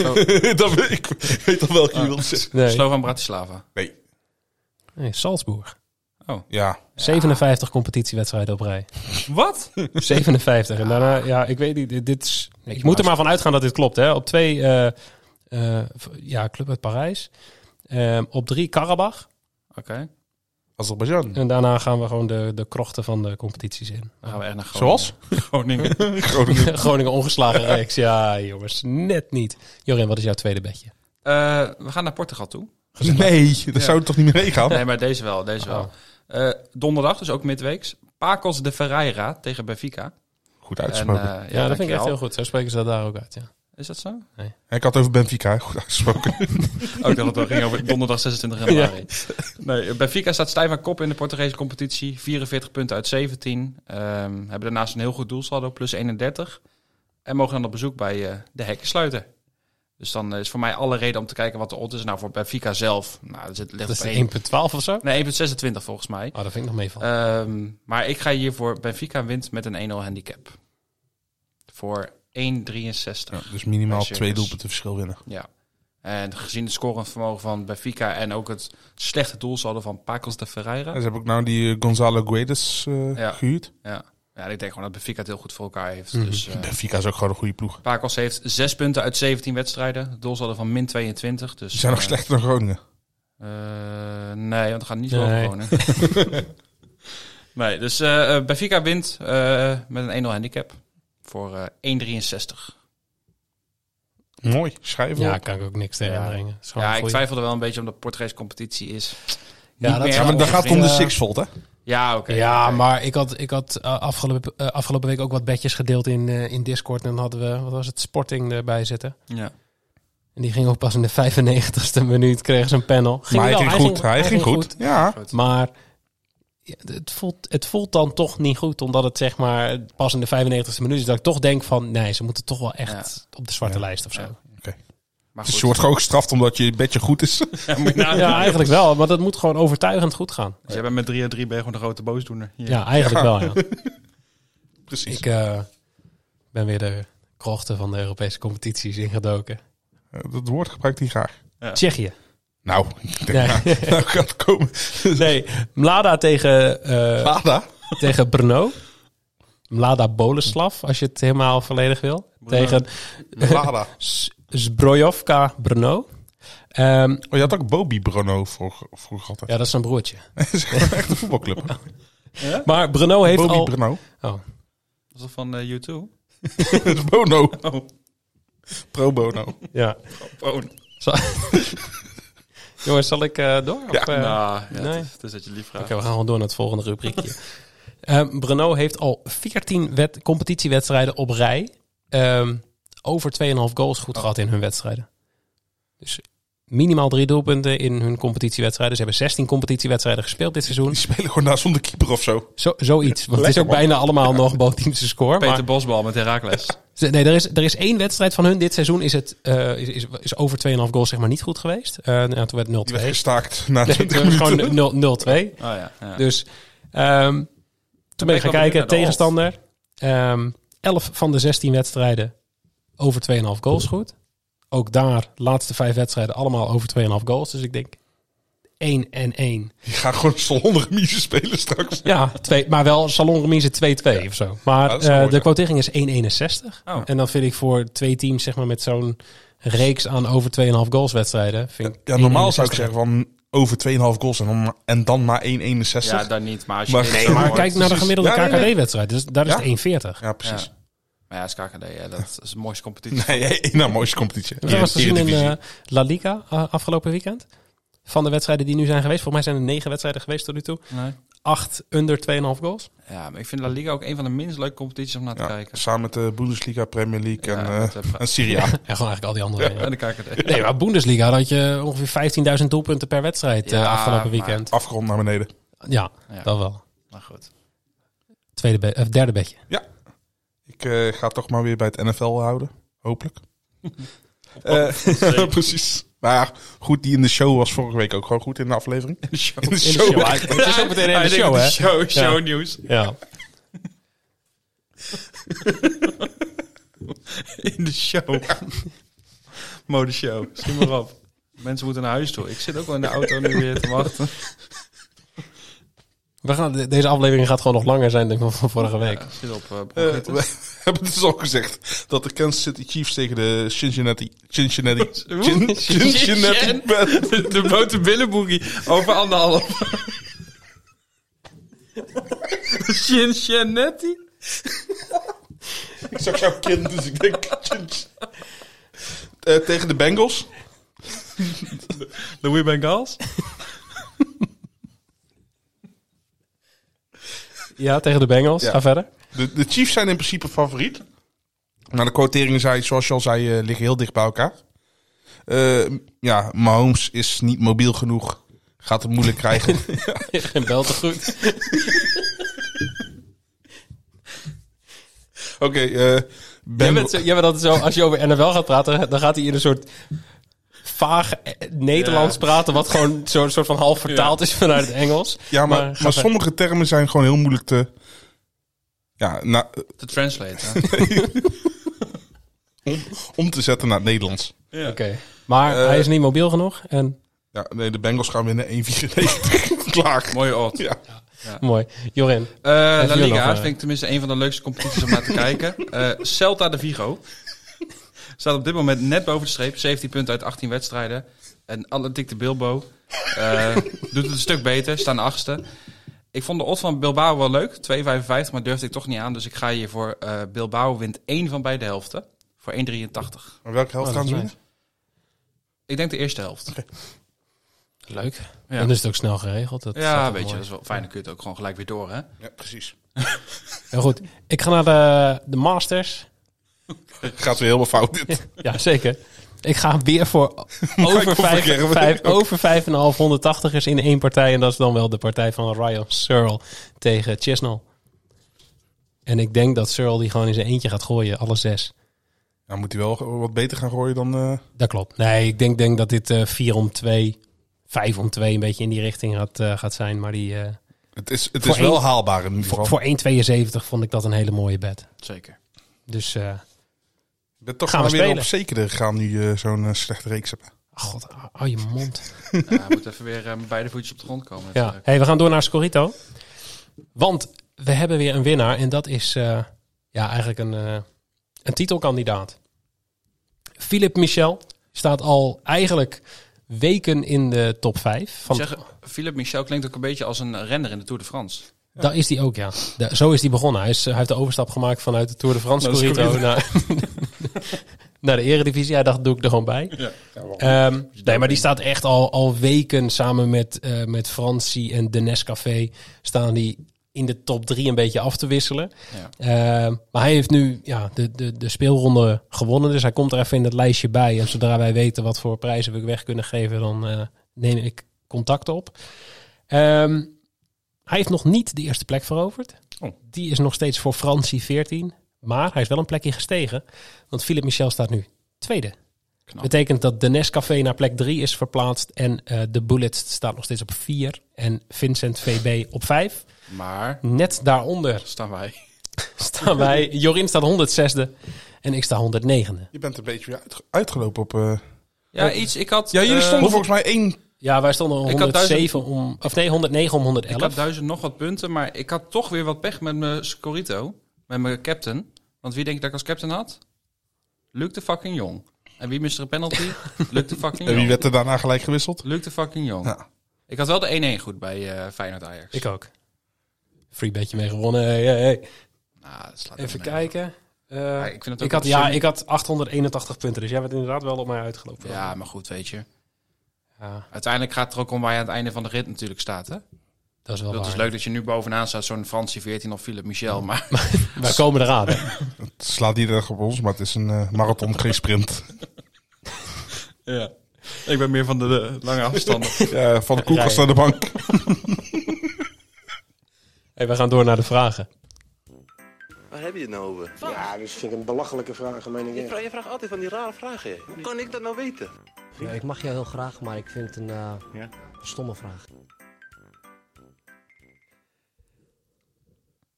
G: dat, weet ik weet al
H: Ah.
G: welke je wilt zeggen.
F: nee.
H: Slovan Bratislava.
F: Nee, Salzburg.
G: Ja,
F: 57 competitiewedstrijden op rij.
H: Wat?
F: 57. En daarna, ja, ik weet niet. dit- Dit is, ik moet
H: maar-
F: er maar van uitgaan dat dit klopt. Hè. Op twee, eh, eh, v- ja, Club uit Parijs. Ehm, op drie, Karabach.
H: Oké,
G: Azerbaijan.
F: En daarna gaan we gewoon de, de krochten van de competities in.
H: dan gaan we echt naar Groningen.
G: Zoals?
H: Groningen.
G: Groningen.
F: Groningen ongeslagen reeks. Ja, jongens, net niet. Jorin, wat is jouw tweede bedje?
H: Eh, we gaan naar Portugal toe.
G: Nee, daar zou je toch niet meer heen gaan?
H: Nee, maar deze wel, deze wel.
F: Oh.
H: Eh, donderdag, dus ook midweeks. Pacos de Ferreira tegen Benfica.
G: Goed
H: En,
G: uitgesproken.
H: eh,
F: Ja, dat vind ik echt
H: dankjewel.
F: heel goed. Zo spreken ze dat daar ook uit, ja.
H: Is dat zo?
G: ik had het over Benfica, goed uitgesproken.
H: Ook dat het wel ging over donderdag 26 januari. Nee, Benfica staat stijf aan kop in de Portugese competitie. 44 punten uit 17. Ehm, hebben daarnaast een heel goed doelsaldo, plus 31. En mogen dan op bezoek bij eh, de hekken sluiten. Dus dan is voor mij alle reden om te kijken wat de odd is. Nou, voor Benfica zelf, nou, dat zit,
F: Dat
H: ligt
F: is
H: op 1.
F: de 1.12 of zo?
H: Nee, 1,26 volgens mij.
F: Oh, dat vind ik nog meevallen.
H: Ehm, maar ik ga hier voor Benfica wint met een 1-0 handicap. Voor 1,63.
G: Ja, dus minimaal
H: Bij Circus.
G: twee doelpunten verschil winnen.
H: Ja. En gezien het scorend vermogen van Benfica en ook het slechte doelsaldo van Pacos de Ferreira.
G: En ze hebben ook nou die eh, Gonzalo Guedes eh,
H: Ja.
G: gehuurd.
H: Ja. ja, ik denk gewoon dat Benfica het heel goed voor elkaar heeft.
F: Mhm.
H: Dus eh,
G: Benfica is ook gewoon een goede ploeg.
H: Pacos heeft 6 punten uit 17 wedstrijden. Het Doelsaldo van min 22. Dus,
G: Ze zijn nog
H: eh,
G: slechter dan Groningen.
H: eh, nee, want het gaat niet zo
F: Nee.
H: nee. wonen. nee, dus eh eh, Benfica wint eh, met een 1-0 handicap. Voor eh, 1,63.
G: Mooi, schrijven we
F: ja,
G: op.
F: kan ik ook niks tegen
H: Eh, Ja.
F: aanbrengen. Het is gewoon
H: Ja,
F: een
H: ik
F: goeie.
H: twijfelde wel een beetje omdat Portugese competitie is.
F: Ja, dat
H: meer
G: Ja, maar dan
H: onze
G: gaat het om de
H: vrienden.
G: sixfold, hè?
H: Ja, oké.
F: ja,
H: oké.
F: maar ik had, ik had eh, afgelopen, eh, afgelopen week ook wat bedjes gedeeld in, eh, in Discord. En dan hadden we, wat was het, Sporting erbij zitten.
H: Ja.
F: En die ging ook pas in de 95ste minuut, kregen ze een panel.
G: maar hij
F: wel,
G: ging goed, hij ging goed. Ja,
F: Maar ja, het, voelt, het voelt dan toch niet goed, omdat het zeg maar pas in de 95ste minuut is dat ik toch denk van, nee, ze moeten toch wel echt op de zwarte lijst of zo.
H: Ja.
F: Ja,
H: Maar
G: dus
H: goed.
G: je wordt gewoon gestraft omdat je bedje goed is.
H: Ja, moet je nadenken.
F: eigenlijk wel, maar dat moet gewoon overtuigend goed gaan.
H: Dus jij bent met 3 en 3 ben je gewoon de grote boosdoener. Hier.
F: Ja, eigenlijk wel. Ja.
G: Precies.
F: Ik eh, ben weer de krochten van de Europese competities ingedoken.
G: Eh, Dat woord gebruikt hij graag.
F: Tsjechië.
G: Nou, ik denk,
F: Nee.
G: nou, nou gaat het komen.
F: Nee, Mlada tegen, eh,
G: Lada.
F: tegen Brno. Mlada Boleslav, als je het helemaal volledig wil. Tegen
G: Lada.
F: S- Zbrojovka Brno. Ehm,
G: Oh, je had ook Bobby Bruno vroeger, vroeger altijd.
F: ja, dat is een broertje.
G: Dat is gewoon echt een voetbalclub.
F: Maar Brno heeft
G: Bobby
F: al...
G: Bruno.
F: Oh.
H: Dat is van eh, U2.
G: Dat is Bono.
H: Oh.
G: Pro Bono.
F: Ja.
H: Oh,
F: Zal- Jongens, zal ik eh, door? Of, eh,
H: nou, ja,
F: nee.
H: het, is, het is dat je lief vraagt.
F: Oké, we gaan gewoon door naar het volgende rubriekje. Ehm Brno heeft al 14 wed- competitiewedstrijden op rij. ehm, over 2,5 goals goed
G: Oh.
F: gehad in hun wedstrijden. Dus minimaal drie doelpunten in hun competitiewedstrijden. Ze hebben 16 competitiewedstrijden gespeeld dit seizoen.
G: Die spelen gewoon daar zonder keeper of zo.
F: Zo, zoiets. Want het is
G: Lekker,
F: ook
G: man.
F: bijna allemaal nog boventeamse score.
H: Peter
F: Maar,
H: Bosbal met Herakles. Oh,
F: Ze- nee, er is, er is één wedstrijd van hun dit seizoen. Is, het, eh, is, is, is over 2,5 goals zeg maar niet goed geweest. Eh, nou, toen werd het 0-2.
G: Die werd gestaakt na
F: Nee,
G: 20
F: toen was het
G: minuten.
F: gewoon 0 0-2.
H: Oh ja. ja.
F: Dus ehm, toen ben
H: ben
F: ik gaan
H: ik wel benieuwd naar
F: kijken,
H: de
F: tegenstander. Ehm 11 van de 16 wedstrijden over 2,5 goals goed. Ook daar, laatste vijf wedstrijden, allemaal over 2,5 goals. Dus ik denk 1 en 1.
G: Die gaan gewoon salondig miezen spelen straks.
F: Ja, twee, maar wel salon remise 2-2 of zo. Maar
G: Ja, Oh, dat is wel
F: eh,
G: mooi,
F: de
G: ja.
F: quotering is 1,61.
H: Oh.
F: En dan vind ik voor twee teams zeg maar, met zo'n reeks aan over 2,5 goals wedstrijden... Vind ik
G: Ja, normaal
F: 1,61.
G: zou ik zeggen van over 2,5 goals en dan, en dan maar 1,61.
H: ja,
G: Ja,
H: daar niet. Maar als je
G: Maar-
H: dit
G: Nee,
H: zo
F: Maar
H: hoort-
F: kijk naar de gemiddelde
G: Ja, nee, nee.
F: KKD-wedstrijd. Dus daar is
G: Ja?
F: het 1,40.
G: precies.
H: Ja. Maar ja, het is KKD. Ja, dat is de mooiste competitie.
G: Nee, één na mooiste competitie.
F: Dat was te zien in
G: Eredivisie.
F: eh, La Liga eh, afgelopen weekend. van de wedstrijden die nu zijn geweest. Volgens mij zijn er negen wedstrijden geweest tot nu toe.
H: Nee.
F: Acht under 2,5 goals.
H: Ja, maar ik vind La Liga ook een van de minst leuke competities om naar te
G: Ja,
H: kijken.
G: Samen met de Bundesliga, Premier League en,
H: Ja, dat
G: eh,
H: heb ik-
G: en Serie A.
F: En gewoon eigenlijk al die andere.
H: En
F: ja.
H: dan kijk ik het.
F: Nee, maar Bundesliga had je ongeveer 15.000 doelpunten per wedstrijd eh,
H: Ja,
F: afgelopen
H: maar-
F: weekend.
G: Afgerond naar beneden.
F: Ja,
H: Ja.
F: dat wel.
H: Maar goed.
F: Tweede be- of derde bedje.
G: Ik eh, ga toch maar weer bij het NFL houden. Hopelijk. Eh, precies. Maar ja, goed, die in de show was vorige week ook gewoon goed in de aflevering. In de show. In de show.
H: Het is ook meteen
F: in de show, hè?
H: Show,
F: Ja.
H: show nieuws.
F: Ja.
H: In de show. Modeshow. Schiet maar op. Mensen moeten naar huis toe. Ik zit ook wel in de auto nu weer te wachten.
F: We gaan, de- deze aflevering gaat gewoon nog langer zijn denk ik, dan van vorige week.
H: Ja, Schiet op. eh,
G: Eh,
H: bronchitis.
G: we hebben dus al gezegd dat de Kansas City Chiefs tegen de Cincinnati... Cincinnati...
H: Hoe?
G: Cin- Cincinnati...
H: Cin- de, de boterbillenboegie over anderhalf. Cincinnati?
G: Ik zag jouw kind, dus ik denk... Cinci- Eh, tegen de Bengals.
H: De We Bengals?
F: Ja, tegen de Bengals.
G: Ja.
F: Ga verder.
G: De, de Chiefs zijn in principe favoriet. Maar de quoteringen, zei, zoals je al zei, eh, liggen heel dicht bij elkaar. Eh, ja, Mahomes is niet mobiel genoeg. Gaat het moeilijk krijgen.
F: Geen bel te goed.
G: Oké, eh,
F: Jij
G: Ben-
F: bent, zo- jij bent altijd zo, als je over NFL gaat praten, dan gaat hij in een soort vaag eh, Nederlands praten, wat gewoon zo'n soort van half vertaald is vanuit het Engels.
G: ja, maar,
F: maar
G: maar,
F: ga verder.
G: sommige termen zijn gewoon heel moeilijk te... Ja, na-
H: De translate. hè?
G: om te zetten naar het Nederlands.
F: Oké. Maar
G: Eh,
F: hij is niet mobiel genoeg en
G: Ja, nee, de Bengals gaan winnen 1-94. Klaar.
H: Mooie odd.
G: Ja.
F: mooi. Jorin.
H: Eh, La
F: jullie nog,
H: Liga
F: eh?
H: vind ik tenminste een van de leukste competities om naar te kijken. Eh, Celta de Vigo staat op dit moment net boven de streep. 17 punten uit 18 wedstrijden. En Atlantic de Bilbo eh, doet het een stuk beter. Staan achtste. Ik vond de odd van Bilbao wel leuk. 2,55, maar durfde ik toch niet aan. Dus ik ga hiervoor. eh Bilbao wint één van beide helften. Voor 1,83.
G: Maar welke helft
F: Oh, dat
G: gaan ze
F: is
G: winnen?
H: Ik denk de eerste helft.
F: Leuk.
H: Ja.
F: Dan is het ook snel geregeld. Dat is
H: ja,
F: altijd
H: weet je,
F: mooi.
H: dat is wel fijn. Dan kun je het ook gewoon gelijk weer door, hè?
G: Ja, precies.
F: Heel goed. Ik ga naar de, de Masters.
G: Gaat weer helemaal fout dit.
F: Ja, zeker. Ik ga weer voor over vijf-
G: verkeer, maar
F: vijf-
G: ik ook.
F: over 5,5 180ers in één partij. En dat is dan wel de partij van Ryan Searle tegen Chisnell. En ik denk dat Searle die gewoon in zijn eentje gaat gooien, alle zes.
G: Ja, moet hij wel wat beter gaan gooien dan... eh,
F: Dat klopt. Nee, ik denk, denk dat dit eh 4 om 2, 5 om 2 een beetje in die richting gaat, eh, gaat zijn. Maar die, eh,
G: Het is, het
F: Voor
G: is wel
F: één-
G: haalbaar in ieder geval.
F: voor, voor 1,72 vond ik dat een hele mooie bet.
H: Zeker.
F: Dus, eh
G: Ik ben toch
F: Gaan we
G: maar weer
F: spelen.
G: op zekere gaan nu eh, zo'n eh, slechte reeks hebben.
F: ach god, hou je mond.
H: Ja, moet even weer eh, met beide voetjes op de grond komen.
F: Ja.
H: natuurlijk.
F: Hey, we gaan door naar Scorito. Want we hebben weer een winnaar. En dat is eh, ja, eigenlijk een, eh, een titelkandidaat. Philippe Michel staat al eigenlijk weken in de top 5. Van,
H: Zeg, Philip Michel klinkt ook een beetje als een renner in de Tour de France.
F: Daar is hij ook, ja. Da- zo is hij begonnen. Hij, is, eh, hij heeft de overstap gemaakt vanuit de Tour de France
H: Naar de
F: Scorito naar, naar de Eredivisie. Hij dacht, doe ik er gewoon bij. Ehm, nee, maar die staat echt al, al weken samen met, eh met Francie en de Nescafé staan die in de top drie een beetje af te wisselen. Ehm, maar hij heeft nu ja, de, de, de speelronde gewonnen, dus hij komt er even in het lijstje bij. En zodra wij weten wat voor prijzen we weg kunnen geven, dan eh, neem ik contact op. Ehm, hij heeft nog niet de eerste plek veroverd.
H: Oh.
F: Die is nog steeds voor Francie 14. Maar hij is wel een plekje gestegen. Want Philip Michel staat nu tweede.
H: Knap.
F: Oh. Betekent dat de Nescafé naar plek 3 is verplaatst. En eh, de Bullet staat nog steeds op 4. En Vincent VB op 5.
H: Maar
F: Net daaronder
H: staan wij.
F: staan wij. Jorin staat 106e. En ik sta 109e.
G: Je bent een beetje weer uitge- uitgelopen op... eh,
H: Oh. Ja, iets. Ik had.
G: Ja, jullie
H: eh,
G: stonden volgens mij één...
F: Ja, wij stonden
H: Ik had
F: 107 om. Of nee, 109 om
H: ik had
F: 111.
H: duizend nog wat punten, maar ik had toch weer wat pech met mijn Scorito. Met mijn captain. Want wie denk ik dat ik als captain had? Luc de fucking Jong. En wie miste er een penalty? Luc de
G: En
H: fucking
G: Eh, wie
H: Jong.
G: werd er daarna gelijk gewisseld?
H: Luc de fucking Jong.
G: Ja.
H: Ik had wel de 1-1 goed bij eh Feyenoord Ajax.
F: Ik ook. Free betje mee gewonnen. Hey, hey, hey.
H: Nou, dat slaat
F: Even
H: helemaal nergens
F: kijken.
H: op.
F: Eh,
H: Ja, ik vind het ook
F: Ik had,
H: een
F: ja,
H: zin-
F: ik had 881 punten, dus jij bent inderdaad wel op mij uitgelopen.
H: Ja, maar goed, weet je.
F: Ja,
H: Uiteindelijk gaat het er ook om waar je aan het einde van de rit natuurlijk staat. Hè?
F: dat is wel
H: Dat
F: waar.
H: is leuk dat je nu bovenaan staat, zo'n Fransie 14 of Philip Michel. Maar
F: Wij komen eraan. hè.
G: Het slaat iedereen op ons, maar het is een eh, marathon, geen sprint.
H: ja. ik ben meer van de, de lange afstanden.
G: Ja, Eh, van de koelkast naar de bank.
F: Hey, we gaan door naar de vragen.
J: Waar heb je het nou over?
C: Ja, dus vind ik een belachelijke vraag, meen ik.
J: Je, vra- je vraagt altijd van die rare vragen. hè. Hoe kan ik dat nou weten?
K: ik mag jou heel graag, maar ik vind het een eh,
J: Ja?
K: stomme vraag.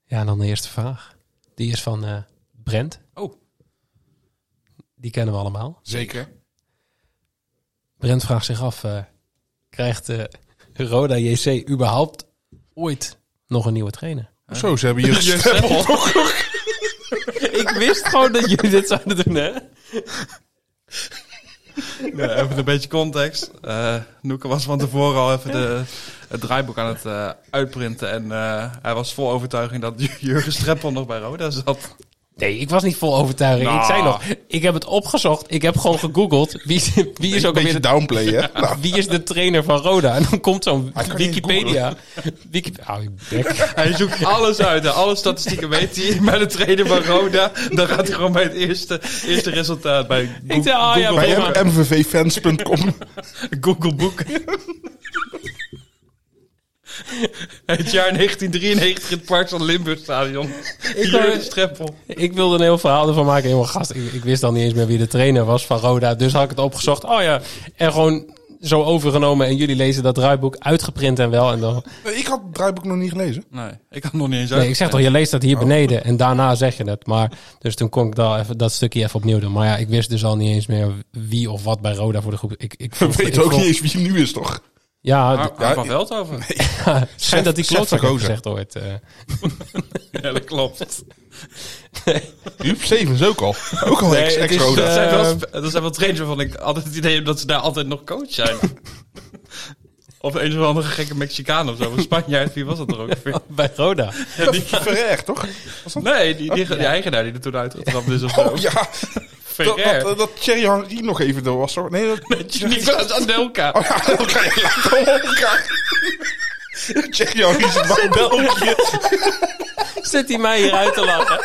F: Ja, en dan de eerste vraag. Die is van eh, Brent.
H: Oh.
F: Die kennen we allemaal.
H: Zeker.
F: Brent vraagt zich af, eh, krijgt eh, Roda JC überhaupt ooit nog een nieuwe trainer?
G: Zo, ze hebben je gestemd.
F: Ik wist gewoon dat jullie dit zouden doen, hè?
H: Ja, even een beetje context. Eh Noeke was van tevoren al even de, het draaiboek aan het eh, uitprinten. En eh, hij was vol overtuiging dat J- Jurgen Streppel nog bij Roda zat.
F: Nee, ik was niet vol overtuiging.
H: Nou.
F: Ik zei nog, ik heb het opgezocht. Ik heb gewoon gegoogeld. Wie, is- wie is
G: Een
F: ook
G: beetje
F: alweer...
G: downplayen. hè? Nou,
F: Wie is de trainer van Roda? En dan komt zo'n
G: Hij kan niet
F: Wikipedia. Wikipedia. Oh, bek.
H: Hij zoekt alles uit. hè. Alle statistieken weet hij. Bij de trainer van Roda. Dan gaat hij gewoon bij het eerste, eerste resultaat. Bij
F: Ik zei, ah ja,
G: bij
F: prima.
G: M- mvvfans.com.
H: Google Boek. Het jaar 1993 in het Park van Limburg Stadion. Jurgen Streppel.
F: Ik wilde een heel verhaal ervan maken. Helemaal gast. Ik, ik wist dan niet eens meer wie de trainer was van Roda. Dus had ik het opgezocht. Oh ja. En gewoon zo overgenomen. En jullie lezen dat draaiboek uitgeprint en wel. En dan,
G: Nee, Ik had het draaiboek nog niet gelezen.
H: Nee, ik had nog niet eens
F: nee, ik zeg toch,
H: uitgeprint.
F: je leest dat
G: Oh.
F: hier beneden. En daarna zeg je het. Maar, dus toen kon ik dat, even, dat stukje even opnieuw doen. Maar ja, ik wist dus al niet eens meer wie of wat bij Roda voor de groep. Ik, ik
G: We weten
F: ik
G: ook
F: vroeg-
G: niet eens wie nu is, toch?
F: Ja,
H: Ar-
F: d-
H: Ar-
G: Ja,
H: van
G: ik-
H: Veldhoven.
F: schijnt dat die
G: Seth
F: klootzak heeft
G: Vergozen.
F: gezegd ooit. eh.
H: Ja, dat
G: Oh,
H: klopt.
G: Huub Stevens ook al. Ook al ex-
F: het is,
G: ex-Roda.
H: Dat zijn,
F: Eh,
H: wel, dat zijn wel trainers waarvan ik altijd het idee heb dat ze daar altijd nog coach zijn. of een of andere gekke Mexicaan of zo. Een Spanjaard, wie was dat er ook weer?
F: bij Roda.
G: Verrecht, toch?
H: Nee, die, die, die eigenaar die er toen uitgetrapt is of zo.
G: Oh ja, dat,
H: Ferrer.
G: dat, dat Thierry Henry nog even door was. Hoor. Nee, dat...
H: Nicolas Anelka.
G: Oh ja, dat kan je laten om elkaar. Thierry Henry zit bij België.
F: Zit hij mij hier uit te lachen?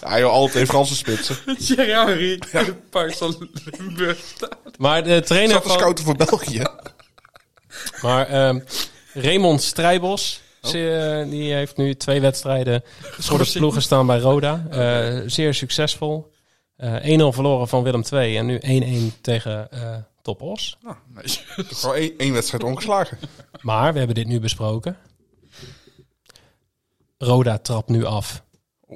G: Ja joh, altijd heeft Franse spitsen.
H: Thierry Henry. de Park van Limburg.
F: Maar de trainer
G: Zat de
F: van...
G: scouten voor België.
F: Maar ehm, Raymond Strijbos,
H: Oh.
F: ze- eh, die heeft nu twee wedstrijden voor de ploeg gestaan bij Roda. Eh, Zeer succesvol. Eh, 1-0 verloren van Willem II en nu 1-1 tegen eh Top Os.
G: Gewoon één, één wedstrijd ongeslagen.
F: Maar we hebben dit nu besproken. Roda trapt nu af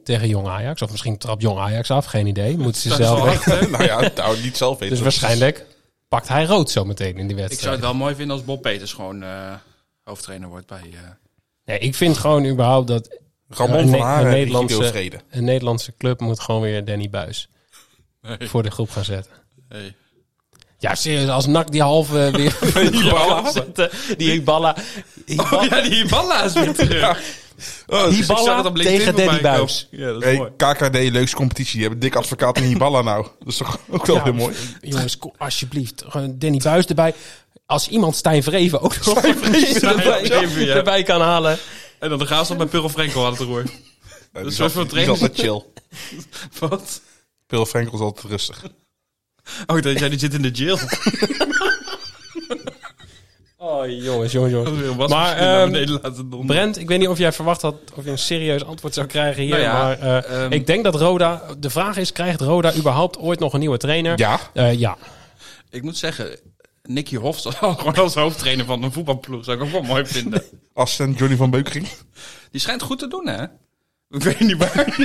F: tegen Jong Ajax. Of misschien trapt Jong Ajax af, geen idee. Moeten ze zelf weten.
G: nou ja, nou, niet zelf weten.
F: Dus waarschijnlijk pakt hij rood zo meteen in die wedstrijd.
H: Ik zou het wel mooi vinden als Bob Peters gewoon eh, hoofdtrainer wordt bij... eh,
F: Nee, ik vind gewoon überhaupt dat
G: Ramon
F: Ja, een
G: van
F: Ne- een
G: Haren en Guido
F: Nederlandse-
G: Vrede.
F: Een Nederlandse club moet gewoon weer Danny Buis voor de groep gaan zetten.
H: hey.
F: Ja, serieus, als NAC die halve eh, weer... die
H: Ibala.
F: Die Ibala.
H: Oh ja, die Ibala is weer terug. Oh, dus ik
F: Ibala
H: zag het op LinkedIn
F: tegen
H: voorbij
F: Danny
H: komen.
F: Buis.
H: Ja, dat is
G: Hey,
H: mooi.
G: KKD, leukste competitie. Die hebben dik advocaat en Hiballa nou. Dat is toch ook wel weer mooi.
F: Jongens, ko- alsjeblieft, gewoon Danny Buis erbij. Als iemand Stijn Vreven ook nog erbij,
H: Stijn Vreven, ja.
F: erbij kan halen.
H: En dan de gaas op met Purl Frenkel aan het roer.
G: Dat
H: is wel veel
G: Dat
H: trainers.
G: is altijd chill.
H: Wat?
G: Pil Frenkel is altijd rustig.
H: Oh, dat jij die zit in de jail. Dat
F: Oh, jongens, jongens, jongens.
H: is weer een wasmachine
F: Maar,
H: naar
F: ehm,
H: beneden laten donderen.
F: Brent, ik weet niet of jij verwacht had of je een serieus antwoord zou krijgen hier.
H: Nou ja,
F: maar eh,
H: ehm,
F: ik denk dat Roda... De vraag is, krijgt Roda überhaupt ooit nog een nieuwe trainer?
G: Ja,
F: Eh, ja.
H: Ik moet zeggen, Nicky Hofs gewoon als hoofdtrainer van een voetbalploeg zou ik ook wel mooi vinden.
G: assistent Johnny van Beukering.
H: Die schijnt goed te doen, hè? Ik weet niet waar.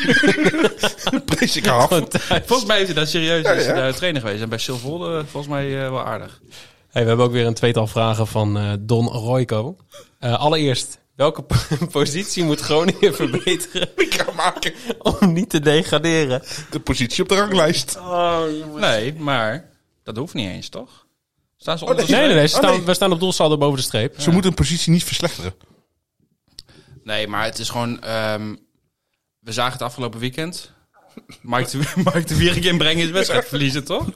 G: Prees ik af.
H: Volgens mij is hij daar serieus is
G: Ja,
H: hij daar trainer geweest. En bij Silvolde volgens mij eh, wel aardig.
F: Hey, we hebben ook weer een tweetal vragen van eh, Don Royco. Eh, allereerst, welke po- positie moet Groningen verbeteren
G: Ik ga maken.
F: om niet te degraderen?
G: De positie op de ranglijst.
H: Nee, maar dat hoeft niet eens, toch? Staan ze
G: nee.
H: onder de-
F: Nee, nee, nee. ze
G: Oh,
F: staan,
G: nee.
F: We staan op doelsaldo boven de streep.
G: Ze moeten hun positie niet verslechteren.
H: Nee, maar het is gewoon... ehm, we zagen het afgelopen weekend. Mike de, Mike de Wierik inbrengen is wedstrijd verliezen, toch?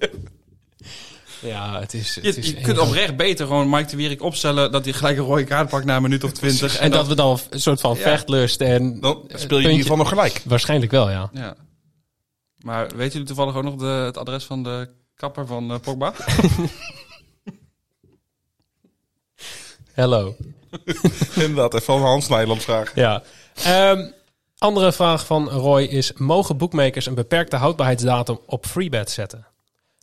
F: Ja, het is... Het
H: Je,
F: is
H: je
F: eng.
H: kunt oprecht beter gewoon Mike de Wierik opstellen... dat hij gelijk een rode kaart pakt na een minuut of twintig.
F: en, dat we dan een soort van
H: Ja.
F: vechtlust en...
G: Dan speel je in
F: puntje-
G: ieder geval nog gelijk.
F: Waarschijnlijk wel, ja.
H: Ja. Maar weten jullie toevallig ook nog de, het adres van de kapper van eh, Pogba?
F: Hello.
G: Inderdaad, even van Hans Nijland vragen.
F: Ja. Ehm, andere vraag van Roy is... Mogen boekmakers een beperkte houdbaarheidsdatum op freebet zetten?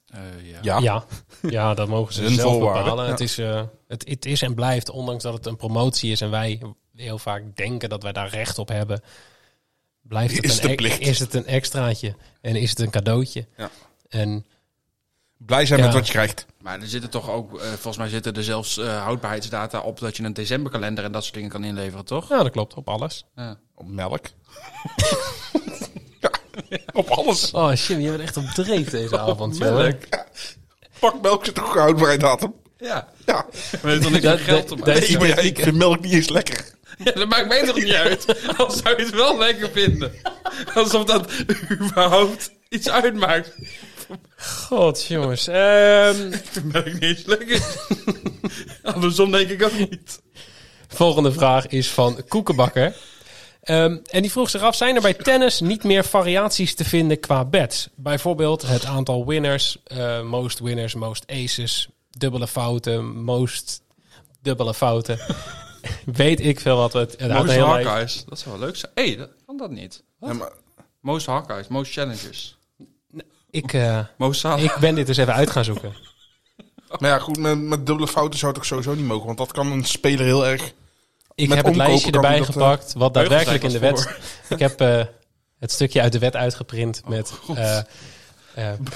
H: Eh,
G: Ja.
F: Ja, ja dat mogen ze
G: Ah. Hun
F: zelf
G: voorwaarden,
F: bepalen.
G: ja.
F: Het, is, eh, het, het is en blijft, ondanks dat het een promotie is... en wij heel vaak denken dat wij daar recht op hebben... Blijft het
G: Is
F: een,
G: de
F: e-
G: plicht.
F: is het een extraatje en is het een cadeautje.
G: Ja.
F: En
G: Blij zijn met
F: Ja.
G: wat je krijgt.
H: Maar er zitten toch ook... eh, volgens mij zitten er zelfs eh, houdbaarheidsdata op... dat je een decemberkalender en dat soort dingen kan inleveren, toch?
F: ja, Nou, dat klopt, op alles.
H: Ja.
G: Op melk. ja, op alles.
F: Oh, Jim, je bent echt op dreef
G: Oh,
F: deze avond, jongen.
G: Melk. Ja. Pak melk zit ook gehouden bij datum.
H: Ja.
G: Ja.
H: We hebben toch niks
F: Dat-
H: met geld te
F: dat-
H: maken?
F: dat-
G: Nee, maar ja, ik vind melk niet eens lekker.
H: Ja, dat maakt mij toch niet uit? Al zou je het wel lekker vinden. Alsof dat überhaupt iets uitmaakt.
F: God, jongens. Ehm,
H: Toen ben ik niet eens lekker. Andersom denk ik ook niet.
F: volgende vraag is van Koekenbakker. Ehm, en die vroeg zich af, zijn er bij tennis niet meer variaties te vinden qua bets? Bijvoorbeeld het aantal winners, eh, most winners, most aces, dubbele fouten, most dubbele fouten. Weet ik veel wat we het... het had
H: Most
F: een hele lijst.
H: Hawkeyes. Dat zou wel leuk zijn. Hé, hey, dat, kan dat niet?
G: Ja, maar,
H: Most Hawkeyes, Most Challengers.
F: Ik, eh,
H: Most Salah.
F: ik ben dit dus even uit gaan zoeken.
G: maar ja, goed, met, met dubbele fouten zou het ook sowieso niet mogen. Want dat kan een speler heel erg...
F: Ik
G: Met
F: heb het
G: omkopen
F: lijstje
G: kan
F: erbij
G: dat, eh,
F: gepakt, wat daadwerkelijk in de
H: Beugelsdijk
F: wet... Ik heb eh, het stukje uit de wet uitgeprint met... eh, eh,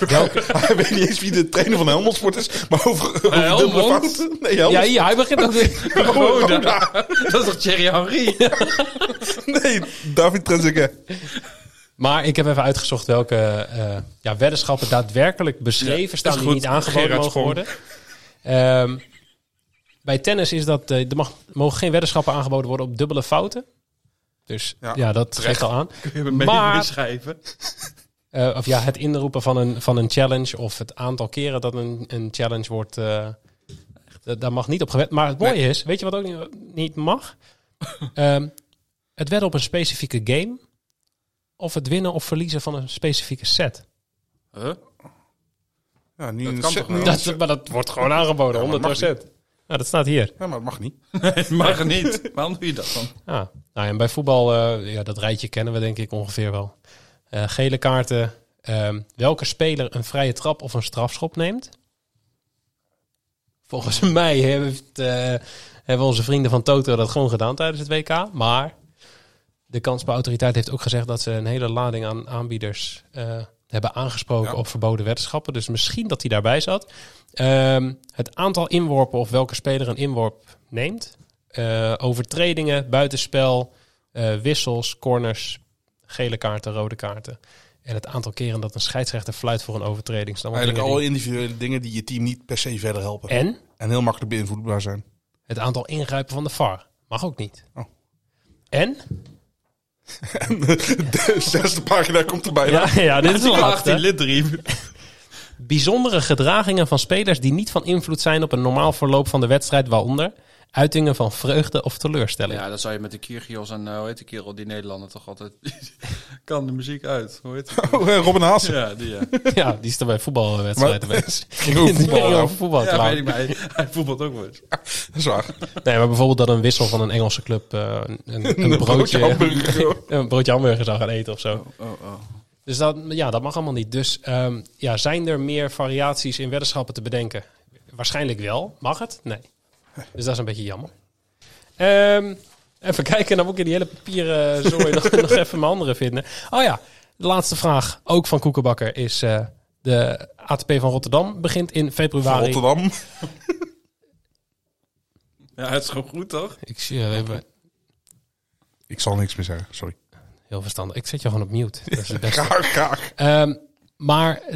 F: welke,
G: ik weet niet eens wie de trainer van Helmond Sport is. Maar over, over
F: Eh,
G: dubbele
H: Helmond?
G: fouten. Nee, Helmond.
F: ja, hier, hij begint ook weer.
H: Roda. Dat is toch Thierry Henry?
G: Nee, David Trezeguet.
F: Maar ik heb even uitgezocht welke eh, ja, weddenschappen daadwerkelijk beschreven staan die
G: goed.
F: niet aangeboden
G: Gerard
F: mogen
G: Schorn.
F: worden. Ehm, bij tennis is dat eh, er mag, mogen geen weddenschappen aangeboden worden op dubbele fouten. Dus ja,
G: Ja,
F: dat geeft al aan.
H: Kun je
F: Maar-
H: meeschrijven?
F: Eh, of ja, het inroepen van een, van een challenge of het aantal keren dat een, een challenge wordt. eh, da- daar mag niet op gewet. Maar het mooie is, weet je wat ook niet, niet mag? Ehm, het wedden op een specifieke game. Of het winnen of verliezen van een specifieke set.
H: Huh?
G: Ja, nu
H: Dat
G: een
H: kan
G: set-
H: toch wel?
G: nu een
F: Dat, maar dat wordt gewoon aangeboden,
G: Ja, maar
F: 100%.
G: dat mag
F: Nou, dat staat hier.
G: Ja, maar dat mag niet.
H: Het mag niet. Waarom doe je dat dan?
F: Ja. Nou, en bij voetbal, eh, ja, dat rijtje kennen we denk ik ongeveer wel. Eh, gele kaarten. ehm, welke speler een vrije trap of een strafschop neemt? Volgens mij heeft, eh, hebben onze vrienden van Toto dat gewoon gedaan tijdens het WK. Maar de kansspelautoriteit heeft ook gezegd dat ze een hele lading aan aanbieders eh, hebben aangesproken
G: Ja.
F: op verboden weddenschappen. Dus misschien dat hij daarbij zat. Ehm, het aantal inworpen of welke speler een inworp neemt. Eh, overtredingen, buitenspel, eh, wissels, corners, gele kaarten, rode kaarten. En het aantal keren dat een scheidsrechter fluit voor een overtreding. Dat zijn allemaal
G: Eigenlijk alle
F: dingen
G: individuele dingen die je team niet per se verder helpen.
F: die- En
G: En heel makkelijk beïnvloedbaar zijn.
F: Het aantal ingrijpen van de VAR mag ook niet.
G: Oh.
F: En?
G: eh, De zesde pagina komt erbij.
F: Ja, ja, dit is wel lastig.
H: lid 3.
F: Bijzondere gedragingen van spelers die niet van invloed zijn op een normaal verloop van de wedstrijd, waaronder uitingen van vreugde of teleurstelling.
H: Ja, dat zou je met de Kyrgios en eh, hoe heet die kerel, die Nederlander toch altijd... kan de muziek uit, hoe heet die?
G: Oh, eh, Robin Haas.
H: Ja, die ja.
F: Ja, die is er bij voetbalwedstrijden
G: Maar-
F: bezig.
G: Ging over voetbal,
F: Ging
G: ja.
F: over voetbal,
H: ja,
F: trouwens.
H: weet ik maar. Hij, hij voetbalt ook wel eens.
G: Dat is waar.
F: Nee, maar bijvoorbeeld dat een wissel van een Engelse club eh, een, een, een broodje,
G: hamburger.
F: een broodje hamburger zou gaan eten of zo.
H: Oh, oh.
F: Dus dat, ja, dat mag allemaal niet. Dus ehm, ja, zijn er meer variaties in weddenschappen te bedenken? Waarschijnlijk wel. Mag het? Nee. Dus dat is een beetje jammer. Ehm, even kijken, dan moet ik in die hele papieren zooi nog, nog even mijn andere vinden. Oh ja, de laatste vraag, ook van Koekenbakker, is... eh, de ATP van Rotterdam begint in
G: Van
F: februari.
G: Rotterdam.
H: Ja, het is gewoon goed, toch?
F: Ik zie je even
G: Ik zal niks meer zeggen, sorry.
F: heel verstandig. Ik zet je gewoon op mute. Dat is het beste.
G: Graag, graag.
F: Ehm, maar.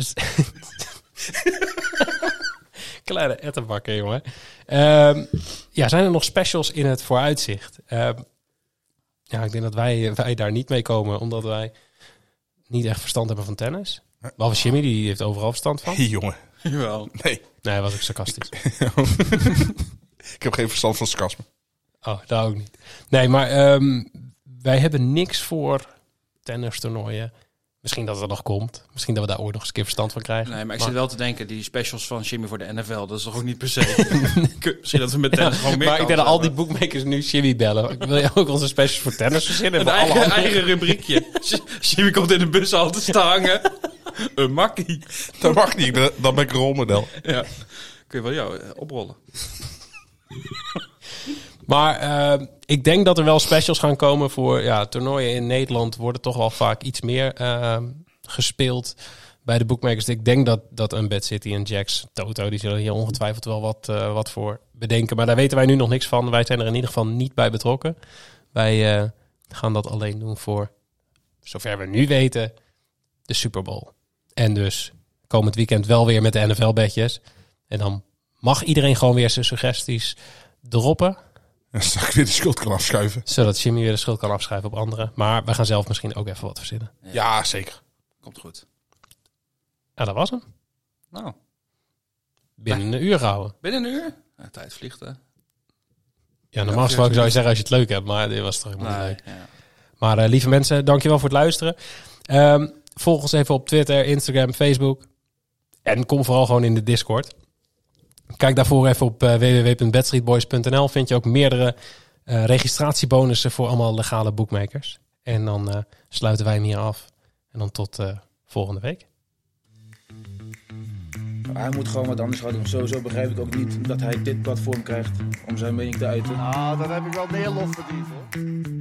F: Kleine ettenbakken, jongen. Ehm, ja, zijn er nog specials in het vooruitzicht? Ehm, ja, ik denk dat wij, wij daar niet mee komen, omdat wij niet echt verstand hebben van tennis. Behalve Jimmy, die heeft overal verstand van.
G: Hey, jongen.
H: Jawel.
G: Nee.
F: Nee, was ik sarcastisch.
G: Ik heb geen verstand van sarcasme.
F: Oh, daar ook niet. Nee, maar ehm, wij hebben niks voor tennistoernooien. Misschien dat het nog komt. Misschien dat we daar ooit nog eens een keer verstand van krijgen.
H: Nee, maar ik zit wel te denken, die specials van Jimmy voor de NFL, dat is toch ook niet per se. Misschien dat we met tennis gewoon meer
F: maar ik denk
H: kansen
F: dat al die
H: hebben.
F: bookmakers nu Jimmy bellen. Ik wil je ook onze specials voor tennis verzinnen?
H: Een
F: voor alle
H: eigen,
F: andere-
H: eigen rubriekje. Jimmy komt in de bus al te stangen. Een makkie.
G: Dat mag niet, dat- dan ben ik een rolmodel.
H: Ja. Kun je wel jou eh, oprollen.
F: Maar ehm, ik denk dat er wel specials gaan komen voor ja, toernooien in Nederland. Worden toch wel vaak iets meer ehm, gespeeld bij de bookmakers. Ik denk dat, dat Unbad City en Jax, Toto, die zullen hier ongetwijfeld wel wat, eh, wat voor bedenken. Maar daar weten wij nu nog niks van. Wij zijn er in ieder geval niet bij betrokken. Wij eh, gaan dat alleen doen voor, zover we nu weten, de Super Bowl. En dus komend weekend wel weer met de NFL-bedjes. En dan mag iedereen gewoon weer zijn suggesties droppen
G: Dan zou ik weer de schuld kan afschuiven.
F: zodat Jimmy weer de schuld kan afschrijven op anderen. Maar we gaan zelf misschien ook even wat verzinnen.
G: Ja, zeker.
H: Komt goed.
F: Nou, dat was hem.
H: Nou,
F: Binnen een uur gehouden.
H: binnen een uur? Ja, tijd vliegt, hè?
F: Ja, normaal gesproken zou je zeggen als je het leuk hebt, maar dit was toch helemaal niet
H: Nee,
F: leuk.
H: ja.
F: Maar eh, lieve mensen, dankjewel voor het luisteren. Ehm, volg ons even op Twitter, Instagram, Facebook. En kom vooral gewoon in de Discord. Kijk daarvoor even op eh, www.bedstreetboys.nl. Vind je ook meerdere eh, registratiebonussen voor allemaal legale boekmakers. En dan eh, sluiten wij hem hier af. En dan tot eh, volgende week.
J: Hij moet gewoon wat anders gaan doen. Sowieso begrijp ik ook niet dat hij dit platform krijgt om zijn mening te uiten.
I: Ah, dan heb ik wel meer lof verdiend hoor.